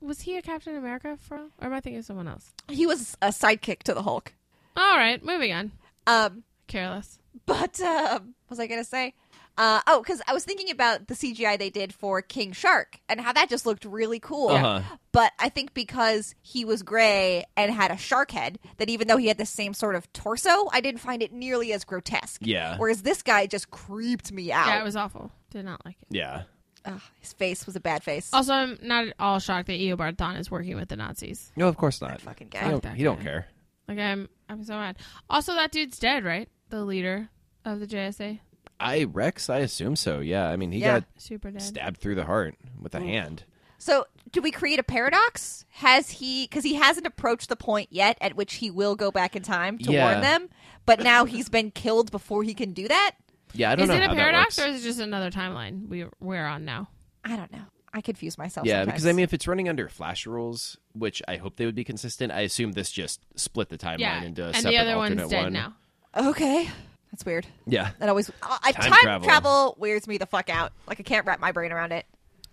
S3: was he a Captain America for? Or am I thinking of someone else?
S4: He was a sidekick to the Hulk.
S3: All right, moving on.
S4: Um,
S3: Careless.
S4: but um, what was I gonna say? Uh, oh, because I was thinking about the CGI they did for King Shark and how that just looked really cool.
S2: Uh-huh.
S4: But I think because he was gray and had a shark head, that even though he had the same sort of torso, I didn't find it nearly as grotesque.
S2: Yeah.
S4: Whereas this guy just creeped me out.
S3: Yeah, it was awful. Did not like it.
S2: Yeah.
S4: Ugh, his face was a bad face.
S3: Also, I'm not at all shocked that Eobard Thawne is working with the Nazis.
S2: No, of course not.
S4: fucking
S2: He
S4: guy.
S2: don't,
S3: that
S2: he don't
S3: guy.
S2: care.
S3: Like I'm, I'm so mad. Also, that dude's dead, right? The leader of the JSA,
S2: I Rex, I assume so. Yeah, I mean, he
S4: Yeah.
S2: got
S3: super dead.
S2: stabbed through the heart with a hand.
S4: So, do we create a paradox? Has he, because he hasn't approached the point yet at which he will go back in time to
S2: Yeah.
S4: warn them, but now he's been killed before he can do that?
S2: Yeah, I don't
S3: Is
S2: know
S3: it
S2: how
S3: a paradox
S2: that
S3: or
S2: works.
S3: is it just another timeline we we're on now?
S4: I don't know. I confuse myself.
S2: yeah,
S4: sometimes.
S2: because I mean, if it's running under Flash rules, which I hope they would be consistent, I assume this just split the timeline
S3: Yeah,
S2: into a
S3: and
S2: separate
S3: the other
S2: alternate
S3: one's dead
S2: one.
S3: now.
S4: okay, that's weird.
S2: Yeah,
S4: That always uh, I,
S2: Time
S4: time,
S2: travel.
S4: travel. weirds me the fuck out. Like I can't wrap my brain around it.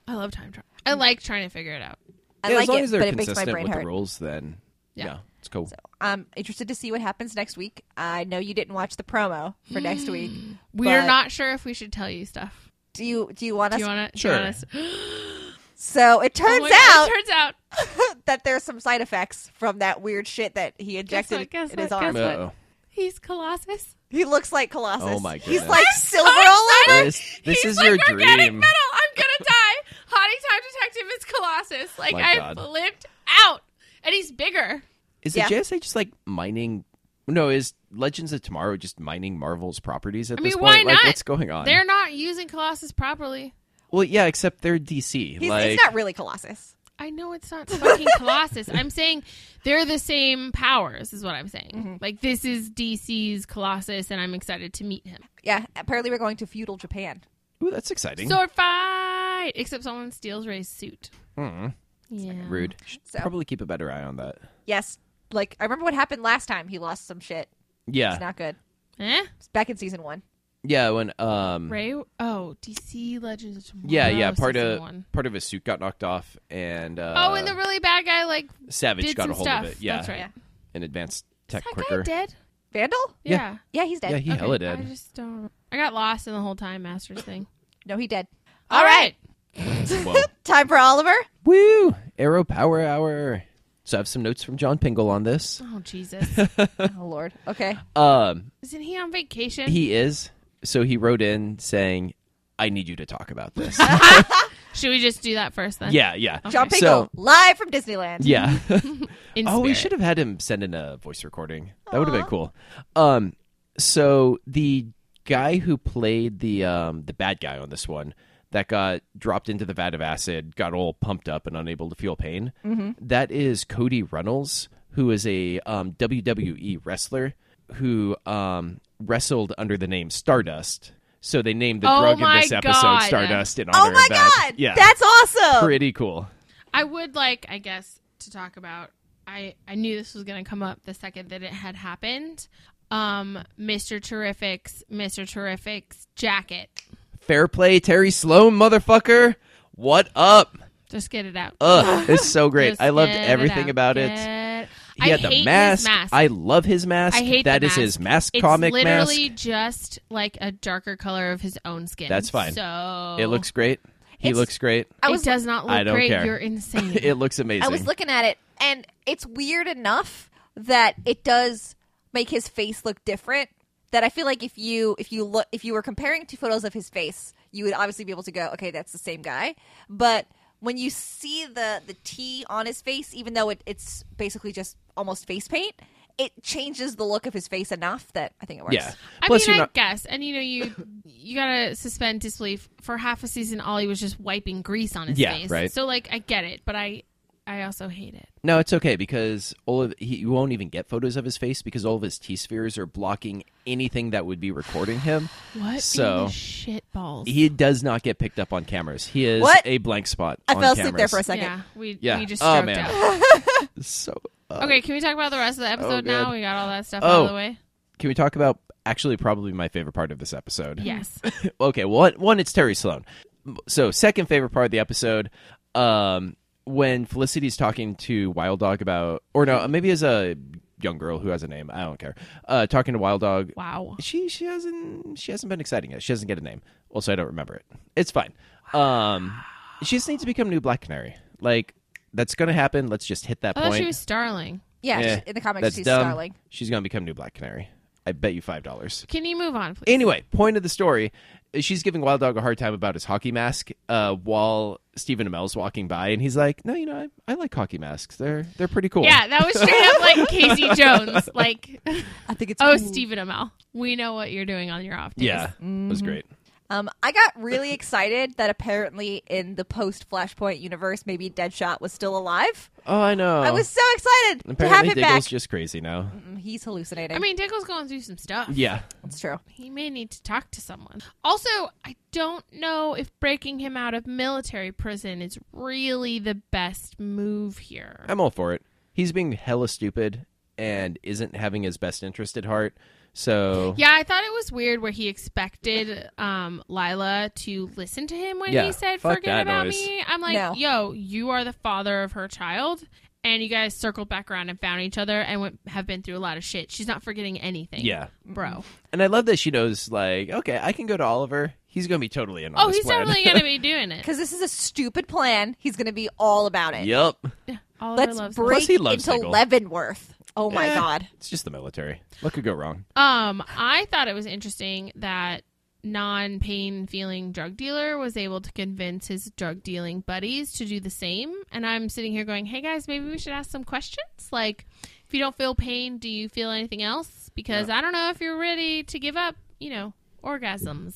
S3: I love time travel.
S4: Mm.
S3: I like trying to figure it out.
S4: I
S2: Yeah,
S4: like
S2: as long
S4: it,
S2: as they're
S4: but it makes
S2: consistent
S4: my brain
S2: with
S4: hurt.
S2: the rules, then yeah,
S3: Yeah.
S2: it's cool.
S4: I'm interested to see what happens next week. I know you didn't watch the promo for next week.
S3: <gasps> We
S4: But-
S3: are not sure if we should tell you stuff.
S4: Do you do you want us?
S3: Do you want Oh to?
S2: Sure.
S4: <laughs> So it turns out
S3: Turns out.
S4: <laughs> that there's some side effects from that weird shit that he injected
S3: what, guess
S4: in his
S3: what,
S4: arm.
S3: guess what?
S2: Uh-oh.
S3: He's Colossus.
S4: He looks like Colossus.
S2: Oh my
S4: He's
S2: goodness.
S4: like silver all over.
S2: This,
S4: <laughs>
S2: this
S3: He's
S2: is
S3: like
S2: your
S3: organic
S2: dream.
S3: metal. I'm gonna die. Hottie Time Detective is Colossus. Like
S2: My
S3: I
S2: God.
S3: flipped out, and he's bigger.
S2: Is
S4: Yeah.
S2: the JSA just like mining? No, is Legends of Tomorrow just mining Marvel's properties at
S3: I
S2: this
S3: mean,
S2: point?
S3: why
S2: like,
S3: not?
S2: what's going on?
S3: They're not using Colossus properly.
S2: Well, yeah, except they're DC.
S4: He's,
S2: like,
S4: he's not really Colossus.
S3: I know it's not fucking Colossus. I'm saying they're the same powers, is what I'm saying.
S4: Mm-hmm.
S3: Like this is DC's Colossus, and I'm excited to meet him.
S4: Yeah. Apparently, we're going to feudal Japan.
S2: Ooh, that's exciting.
S3: Sword fight, except someone steals Ray's suit.
S2: Mm.
S3: Yeah,
S2: Rude. Should
S4: So-
S2: Probably keep a better eye on that.
S4: Yes. Like I remember what happened last time. He lost some shit.
S2: Yeah,
S4: It's not good.
S3: Eh?
S2: Mm.
S4: It's back in season one.
S2: yeah. When um,
S3: Ray? Oh, DC Legends of Tomorrow.
S2: yeah, yeah. Part
S3: season
S2: of
S3: one.
S2: part of his suit got knocked off, and uh,
S3: Oh, and the really bad guy like
S2: Savage
S3: did
S2: got
S3: some
S2: a hold
S3: stuff.
S2: of it. Yeah,
S3: That's right.
S4: Yeah.
S2: And advanced
S3: Is
S2: tech
S3: that
S2: quicker.
S3: guy dead?
S4: Vandal?
S2: Yeah.
S3: Yeah.
S4: Yeah, he's dead.
S2: Yeah, he
S3: Okay,
S2: hella
S3: I
S2: did.
S3: just don't. I got lost in the whole time
S2: <laughs>
S3: masters thing.
S4: no, he dead.
S3: All right. <laughs>
S2: Whoa.
S4: <laughs> Time
S2: <laughs>
S4: for Oliver.
S2: Woo! Arrow Power Hour. So I have some notes from John Pingle on this.
S3: Oh Jesus!
S2: <laughs>
S4: Oh Lord. Okay.
S2: Um,
S3: Isn't he on vacation?
S2: he is. So he wrote in saying, "I need you to talk about
S3: <laughs>
S2: this."
S3: Should we just do that first then?
S2: yeah, yeah.
S4: John Pingle,
S2: So
S4: live from Disneyland.
S2: yeah.
S3: <laughs> In
S2: Oh, we
S3: spirit.
S2: should have had him send in a voice recording. That would have been cool. Um, so the guy who played the um, the bad guy on this one that got dropped into the vat of acid, got all pumped up and unable to feel pain. that is Cody Runnels, who is a um, WWE wrestler who um, wrestled under the name Stardust. So they named the
S3: Oh
S2: drug in
S3: my
S2: this episode
S3: God.
S2: Stardust in honor
S4: Oh my
S2: of that.
S4: God.
S2: Yeah,
S4: That's awesome.
S2: pretty cool.
S3: I would like, I guess, to talk about. I I knew this was going to come up the second that it had happened. Um, Mr. Terrific's Mr. Terrific's jacket.
S2: Fair play, Terry Sloan, motherfucker. What up?
S3: Just get it out.
S2: Ugh, it's so great.
S3: Just
S2: I loved
S3: get
S2: everything
S3: out.
S2: about it.
S3: Get-
S2: He had
S3: I
S2: the
S3: hate
S2: mask.
S3: His mask.
S2: I love his mask.
S3: I hate
S2: That
S3: the
S2: is
S3: mask.
S2: his mask
S3: it's
S2: comic
S3: literally
S2: mask.
S3: just like a darker color of his own skin.
S2: That's fine.
S3: So
S2: It looks great. He
S4: It's-
S2: looks great.
S4: I was
S3: it does not look
S2: I don't
S3: great.
S2: care.
S3: You're insane.
S2: <laughs> it looks amazing.
S4: I was looking at it and it's weird enough that it does make his face look different that i feel like if you if you look if you were comparing two photos of his face you would obviously be able to go okay that's the same guy but when you see the the t on his face even though it, it's basically just almost face paint it changes the look of his face enough that i think it works
S2: Yeah.
S3: I
S2: Plus,
S3: mean,
S2: you're
S3: I
S2: not.
S3: guess, and you know, you you gotta suspend disbelief. For half a season, Ollie was just wiping grease on his
S2: Yeah,
S3: face.
S2: right.
S3: So, like, I get it, but I I also hate it.
S2: No, it's okay because all of he, you won't even get photos of his face because all of his T spheres are blocking anything that would be recording him.
S3: What
S2: So-
S3: in the shit balls?
S2: He does not get picked up on cameras. He is
S4: What?
S2: a blank spot.
S4: i
S2: on
S4: fell asleep there
S2: cameras.
S4: for a second
S3: Yeah, we
S2: Yeah.
S3: we just
S2: Oh,
S3: stroked
S2: man. <laughs>
S3: out.
S2: So uh,
S3: Okay, can we talk about the rest of the episode now?
S2: God.
S3: We got all that stuff
S2: Oh.
S3: out of
S2: <laughs>
S3: the way.
S2: Can we talk about actually probably my favorite part of this episode?
S3: Yes.
S2: <laughs> okay, well, one, one it's Terry Sloan. So, second favorite part of the episode, um, when Felicity's talking to Wild Dog about, or no, maybe as a young girl who has a name, I don't care, uh, talking to Wild Dog.
S3: Wow.
S2: She she hasn't she hasn't been exciting yet. She doesn't get a name. Also, I don't remember it. It's fine. Um, she just needs to become new Black Canary. Like that's gonna happen. Let's just hit that
S3: I thought
S2: point.
S3: she was Starling.
S4: yeah,
S2: Yeah,
S4: she's- in the comics
S2: that's
S4: she's
S2: dumb.
S4: starling
S2: She's gonna become new Black Canary. I bet you five dollars.
S3: Can you move on, please?
S2: Anyway, point of the story, she's giving Wild Dog a hard time about his hockey mask uh, while Stephen Amell's walking by, and he's like, "No, you know, I, I like hockey masks. They're they're pretty cool."
S3: Yeah, that was straight up like Casey Jones. Like,
S4: i think it's
S3: oh, Stephen Amell, we know what you're doing on your off days.
S2: yeah, it was great.
S4: Um, I got really excited that apparently in the post Flashpoint universe, maybe Deadshot was still alive.
S2: Oh, I know.
S4: I was so excited to have
S2: apparently
S4: him
S2: Diggle's
S4: back.
S2: just crazy now.
S4: Mm, He's hallucinating.
S3: I mean, Dickle's going through some stuff.
S2: Yeah,
S4: it's true.
S3: He may need to talk to someone. Also, I don't know if breaking him out of military prison is really the best move here.
S2: I'm all for it. He's being hella stupid and isn't having his best interest at heart. So
S3: Yeah, I thought it was weird where he expected um, Lila to listen to him when
S2: Yeah,
S3: he said
S2: fuck
S3: "forget
S2: that
S3: about
S2: noise.
S3: me." I'm like,
S4: No.
S3: "Yo, you are the father of her child." And you guys circled back around and found each other and went, have been through a lot of shit. She's not forgetting anything.
S2: Yeah. Mm-hmm.
S3: Bro.
S2: and I love that she knows. Like, okay, I can go to Oliver. He's gonna be totally in. On
S3: Oh,
S2: this
S3: he's
S2: plan.
S3: definitely
S2: <laughs>
S3: going to be doing it.
S4: Because this is a stupid plan. He's going to be all about it.
S2: yep,
S3: Oliver
S4: Let's
S3: loves
S4: break
S2: Plus, he loves
S4: into
S2: Diggle.
S4: Leavenworth. Oh my
S2: Eh.
S4: god.
S2: it's just the military. What could go wrong?
S3: Um, I thought it was interesting that non-pain feeling drug dealer was able to convince his drug dealing buddies to do the same. And I'm sitting here going, "Hey guys, maybe we should ask some questions. Like, if you don't feel pain, do you feel anything else? Because I don't know if you're ready to give up. You know, orgasms.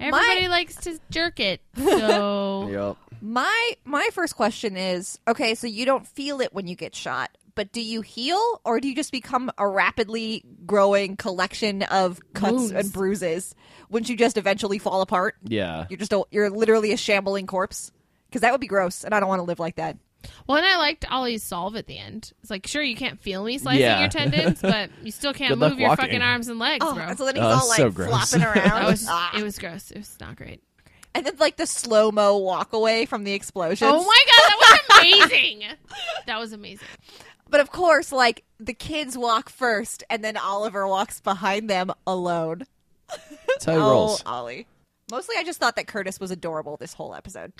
S3: Everybody likes to jerk it.
S2: <laughs>
S3: So
S2: Yep.
S4: My my first question is okay, so you don't feel it when you get shot, but do you heal or do you just become a rapidly growing collection of cuts
S3: Wounds.
S4: and bruises? Wouldn't you just eventually fall apart?
S2: Yeah.
S4: You're just a, you're literally a shambling corpse because that would be gross, and I don't want to live like that.
S3: well, and I liked Ollie's solve at the end. It's like, sure, you can't feel me slicing
S2: Yeah.
S3: your tendons,
S2: <laughs>
S3: but you still can't
S2: Good luck
S3: move your
S2: walking.
S3: fucking arms and legs,
S4: Oh,
S3: bro.
S4: and so then he's
S2: Oh,
S4: all like
S2: so gross. <laughs>
S4: flopping around,
S3: <laughs> That was
S4: Ah.
S3: it was gross. It was not great.
S4: and then like the slow mo walk away from the explosions.
S3: Oh my god, that
S4: <laughs>
S3: was amazing. that was amazing.
S4: But of course, like the kids walk first, and then Oliver walks behind them alone.
S2: That's how he
S4: oh,
S2: rolls.
S4: Ollie. Mostly, I just thought that Curtis was adorable this whole episode.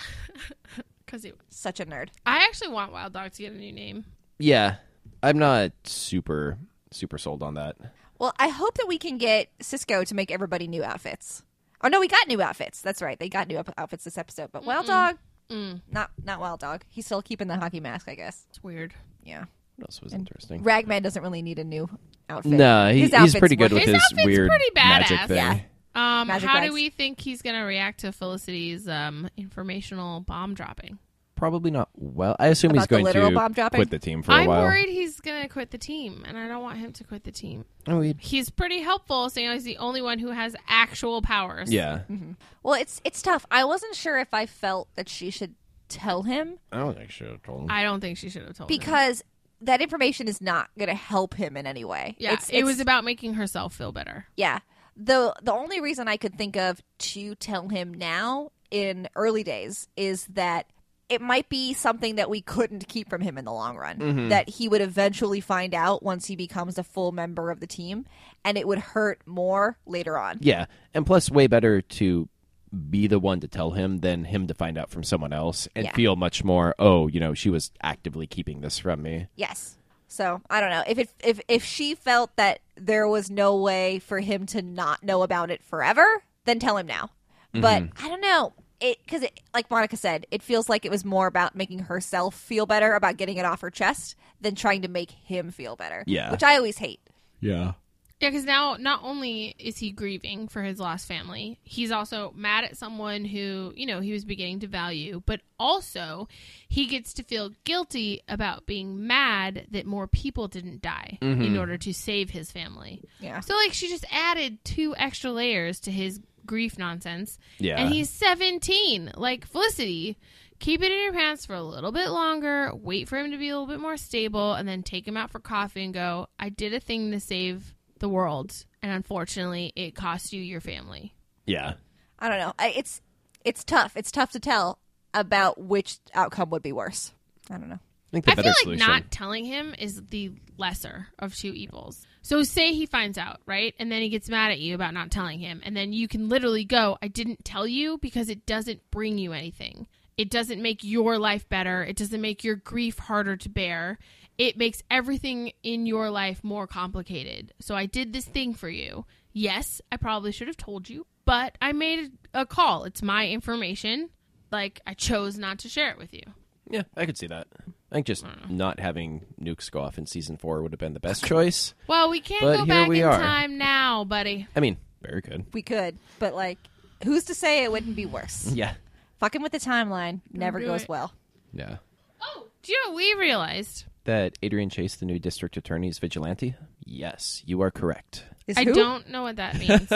S3: Cause it,
S4: Such a nerd.
S3: I actually want Wild Dog to get a new name.
S2: Yeah, I'm not super super sold on that.
S4: Well, I hope that we can get Cisco to make everybody new outfits. Oh no, we got new outfits. That's right, they got new up- outfits this episode. But Wild Dog,
S3: Mm.
S4: not not Wild Dog. He's still keeping the hockey mask, I guess.
S3: It's weird.
S4: Yeah.
S2: What else was interesting?
S4: Ragman doesn't really need a new outfit.
S2: No, he,
S4: His
S2: he's
S4: outfit's
S2: pretty good
S4: working.
S2: with
S3: His
S2: his,
S3: outfit's
S2: weird
S3: pretty
S2: magic
S3: badass.
S2: thing.
S4: Yeah.
S3: Um,
S4: Magic
S3: how
S4: legs.
S3: do we think he's gonna react to Felicity's um informational bomb dropping?
S2: Probably not well. I assume
S4: About
S2: he's
S4: the
S2: going
S4: literal
S2: to
S4: bomb dropping?
S2: quit the team for a
S3: I'm
S2: while.
S3: worried he's gonna quit the team, and I don't want him to quit the team.
S2: Oh, he-
S3: He's pretty helpful, saying he's the only one who has actual powers.
S2: yeah.
S4: Well, it's it's tough. I wasn't sure if I felt that she should tell him
S2: I don't think she told him.
S3: I don't think she should have told him.
S4: because that information is not going to help him in any way.
S3: yeah,
S4: It's-
S3: it
S4: it's-
S3: was about making herself feel better.
S4: Yeah. The the only reason I could think of to tell him now in early days is that it might be something that we couldn't keep from him in the long run. That he would eventually find out once he becomes a full member of the team and it would hurt more later on.
S2: Yeah, and plus, way better to be the one to tell him than him to find out from someone else and
S4: Yeah.
S2: feel much more, oh, you know, she was actively keeping this from me.
S4: Yes. So I don't know if it if if she felt that there was no way for him to not know about it forever, then tell him now. But I don't know it because it, like Monica said, it feels like it was more about making herself feel better about getting it off her chest than trying to make him feel better.
S2: Yeah.
S4: which I always hate.
S2: Yeah.
S3: Yeah, because now not only is he grieving for his lost family, he's also mad at someone who, you know, he was beginning to value, but also he gets to feel guilty about being mad that more people didn't die in order to save his family.
S4: Yeah.
S3: So, like, she just added two extra layers to his grief nonsense.
S2: Yeah.
S3: And he's 17. Like, Felicity, keep it in your pants for a little bit longer, wait for him to be a little bit more stable, and then take him out for coffee and go, I did a thing to save the world. And unfortunately, it cost you your family.
S2: Yeah.
S4: I don't know. I, it's it's tough. It's tough to tell about which outcome would be worse. I don't know.
S2: I think the
S3: I feel
S2: better
S3: like
S2: solution.
S3: not telling him is the lesser of two evils. So say he finds out, right? And then he gets mad at you about not telling him. And then you can literally go, I didn't tell you because it doesn't bring you anything. It doesn't make your life better. It doesn't make your grief harder to bear. It makes everything in your life more complicated. So I did this thing for you. Yes, I probably should have told you, but I made a call. It's my information. Like, I chose not to share it with you.
S2: Yeah, I could see that. I think just
S3: Hmm.
S2: not having nukes go off in season four would have been the best choice.
S3: Well, we can't
S2: But here
S3: go back
S2: we
S3: in
S2: are.
S3: time now, buddy.
S2: I mean, very good.
S4: We could, but like, who's to say it wouldn't be worse?
S2: Yeah.
S4: Fucking with the timeline never
S3: do
S4: goes
S3: it.
S4: well.
S2: Yeah.
S3: Oh, do you know what we realized?
S2: That Adrian Chase, the new district attorney, is vigilante? Yes, you are correct.
S4: Is
S3: I
S4: who?
S3: don't know what that
S2: <laughs>
S3: means.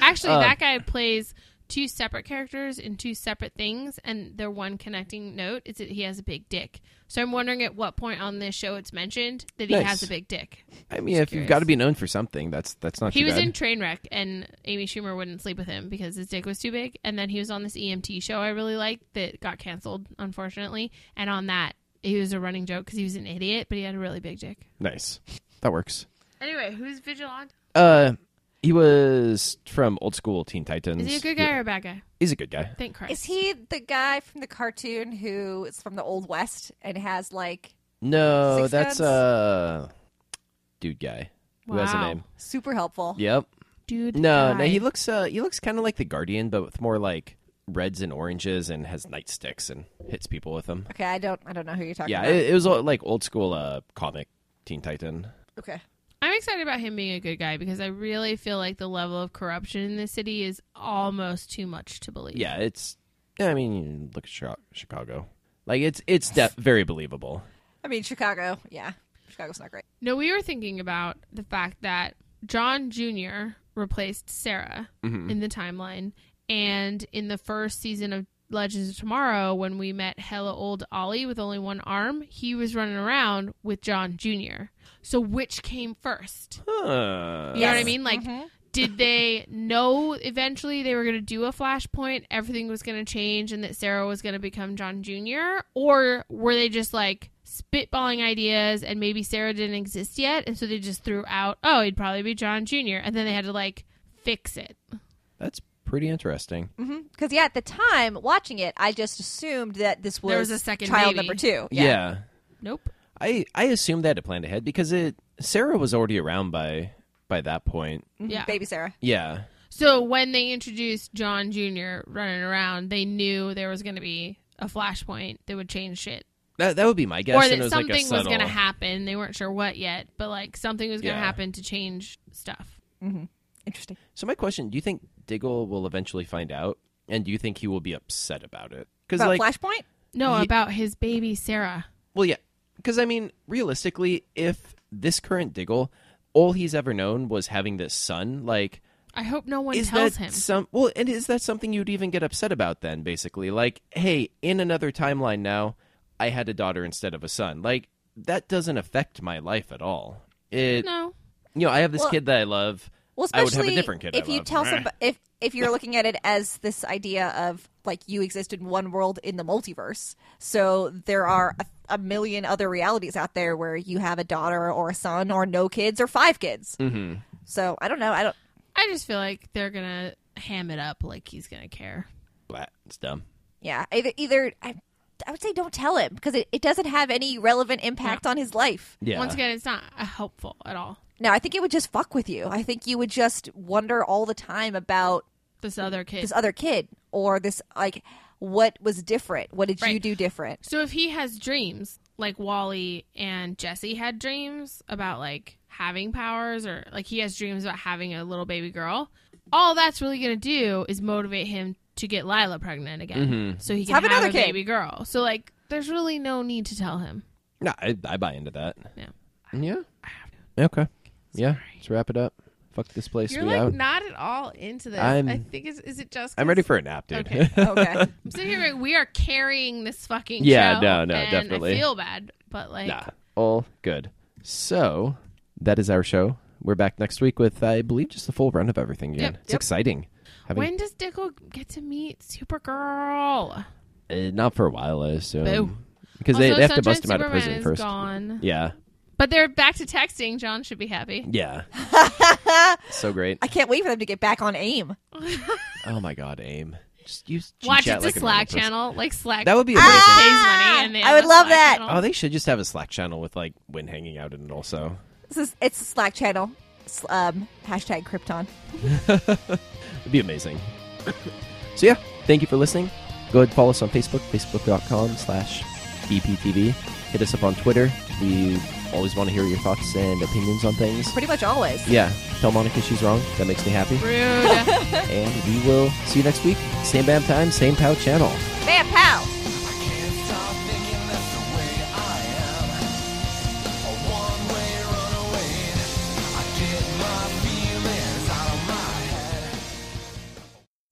S3: Actually,
S2: Uh,
S3: that guy plays two separate characters in two separate things, and their one connecting note is that he has a big dick. So I'm wondering at what point on this show it's mentioned that he
S2: Nice.
S3: has a big dick.
S2: I mean, if you've
S3: curious.
S2: got to be known for something, that's that's not
S3: He
S2: too
S3: was
S2: bad.
S3: in Trainwreck, and Amy Schumer wouldn't sleep with him because his dick was too big. And then he was on this EMT show I really liked that got canceled, unfortunately. And on that, he was a running joke because he was an idiot, but he had a really big dick.
S2: nice. That works.
S3: Anyway, who's Vigilante?
S2: Uh, he was from old school Teen Titans.
S3: Is he a good guy or a bad guy?
S2: He's a good guy.
S3: Thank Christ.
S4: Is he the guy from the cartoon who is from the old west and has like
S2: No,
S4: Six
S2: that's
S4: Guns?
S2: uh, dude guy. Who has a
S3: Wow.
S2: name?
S4: super helpful?
S2: Yep.
S3: dude?
S2: No, no,
S3: guy.
S2: he looks uh, he looks kind of like the Guardian, but with more like reds and oranges, and has nightsticks and hits people with them.
S4: Okay, I don't I don't know who you're talking
S2: Yeah,
S4: about.
S2: it, it was all, like old school uh, comic Teen Titan.
S4: okay.
S3: I'm excited about him being a good guy because I really feel like the level of corruption in this city is almost too much to believe.
S2: Yeah, it's. I mean, look at Chi- Chicago. Like it's it's de- very believable.
S4: I mean Chicago, yeah. Chicago's not great.
S3: No, we were thinking about the fact that John Jr. replaced Sarah in the timeline. And in the first season of Legends of Tomorrow, when we met hella old Ollie with only one arm, he was running around with John Jr. So which came first?
S2: Huh.
S3: You know what I mean? Like, did they know eventually they were going to do a flashpoint, everything was going to change, and that Sarah was going to become John Jr.? Or were they just like spitballing ideas and maybe Sarah didn't exist yet? And so they just threw out, oh, he'd probably be John Jr. And then they had to like fix it.
S2: That's pretty interesting.
S3: Mm-hmm.
S4: Because yeah, at the time watching it, I just assumed that this was,
S3: There was a second
S4: child
S3: baby.
S4: number two.
S2: Yeah.
S4: Yeah.
S3: Nope.
S2: I I assumed they had to plan ahead because it Sarah was already around by by that point.
S3: Yeah.
S4: Mm-hmm. Baby Sarah.
S2: Yeah.
S3: So when they introduced John Jr. running around, they knew there was going to be a flashpoint that would change shit.
S2: That that would be my guess.
S3: or
S2: and
S3: that
S2: it was
S3: something
S2: like a
S3: was
S2: subtle,
S3: going to happen. They weren't sure what yet, but like something was going to
S2: Yeah.
S3: happen to change stuff.
S4: Interesting.
S2: So my question: Do you think Diggle will eventually find out, and do you think he will be upset about it? Because
S4: About
S2: like,
S4: Flashpoint?
S3: No,
S2: Ye-
S3: about his baby Sarah.
S2: well, yeah. Because I mean, realistically, if this current Diggle, all he's ever known was having this son, like.
S3: I hope no one
S2: is
S3: tells
S2: that
S3: him.
S2: some well and is that something you'd even get upset about then basically like hey in another timeline now i had a daughter instead of a son like that doesn't affect my life at all it
S3: No,
S2: you know i have this
S4: Well-
S2: kid that i love
S4: Well,
S2: i would
S4: especially
S2: have a different kid I
S4: if you
S2: love.
S4: tell
S2: Meh.
S4: some, if if you're looking at it as this idea of like you exist in one world in the multiverse, so there are a, a million other realities out there where you have a daughter or a
S2: Mm.
S4: son or no kids or five kids. Mm-hmm. So I don't know. I don't.
S3: I just feel like they're going to ham it up like he's gonna care.
S2: Blah, it's dumb.
S4: Yeah, either either I, I would say don't tell him because it, it doesn't have any relevant impact on his life.
S2: Yeah.
S3: Once again, it's not uh, helpful at all.
S4: No, I think it would just fuck with you. I think you would just wonder all the time about
S3: This other kid.
S4: this other kid or this like what was different. What did you
S3: Right.
S4: do different?
S3: So if he has dreams, like Wally and Jesse had dreams about like having powers or like he has dreams about having a little baby girl, all that's really going to do is motivate him to get Lila pregnant again
S2: Mm-hmm.
S3: so he can
S4: have
S3: have,
S4: another
S3: a
S4: kid.
S3: baby girl. So like there's really no need to tell him.
S2: No, I, I buy into that.
S3: Yeah.
S2: Yeah. Okay. Yeah. Let's wrap it up. Fuck this place.
S3: You're
S2: we
S3: like
S2: out.
S3: not at all into this.
S2: I'm-
S3: i think is is it just
S2: I'm ready for a nap, dude. <laughs>
S3: Okay.
S4: Okay.
S3: I'm sitting here like we are carrying this fucking
S2: Yeah,
S3: show,
S2: no, no,
S3: and
S2: definitely.
S3: I feel bad, but like
S2: nah. All good. So that is our show. We're back next week with, I believe, just the full run of everything again.
S3: Yep.
S2: It's
S3: Yep.
S2: exciting. Having,
S3: when does Dicko get to meet Supergirl?
S2: uh, not for a while, I
S3: Boo.
S2: assume. Because they,
S3: Also,
S2: they have to
S3: Sunshine
S2: bust him out of
S3: Superman
S2: prison
S3: is
S2: first.
S3: Gone.
S2: Yeah.
S3: But they're back to texting. John should be happy.
S2: Yeah.
S3: <laughs>
S2: so great.
S4: I can't wait for them to get back on aim.
S2: Oh my God, AIM. Just use
S3: Watch
S2: G-Chat
S3: it's
S2: like
S3: a
S2: a normal
S3: Slack
S2: person.
S3: channel, like Slack.
S2: That would be
S3: pays
S2: amazing.
S4: Ah!
S3: money, and they
S4: I
S3: have
S4: would
S3: a
S4: love
S3: Slack
S4: that.
S3: channel.
S2: Oh, they should just have a Slack channel with like Win hanging out in it also.
S4: This is it's a Slack channel. S- Um, hashtag Krypton.
S2: It'd be amazing. <laughs> so yeah, thank you for listening. Go ahead and follow us on Facebook, facebook.com slash E BPTV. Hit us up on Twitter. We always want to hear your thoughts and opinions on things.
S4: Pretty much always.
S2: Yeah, tell Monica she's wrong. That makes me happy. <laughs>
S3: Rude.
S2: And we will see you next week. Same BAM time, same POW channel.
S4: Bam pow.
S1: Can't stop thinking that's the way I am. A one-way runaway. I get my feelings out of my head.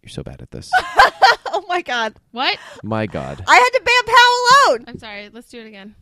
S2: You're so bad at this.
S4: <laughs> Oh my god.
S3: what?
S2: My God.
S4: I had to bam pow alone.
S3: I'm sorry. Let's do it again.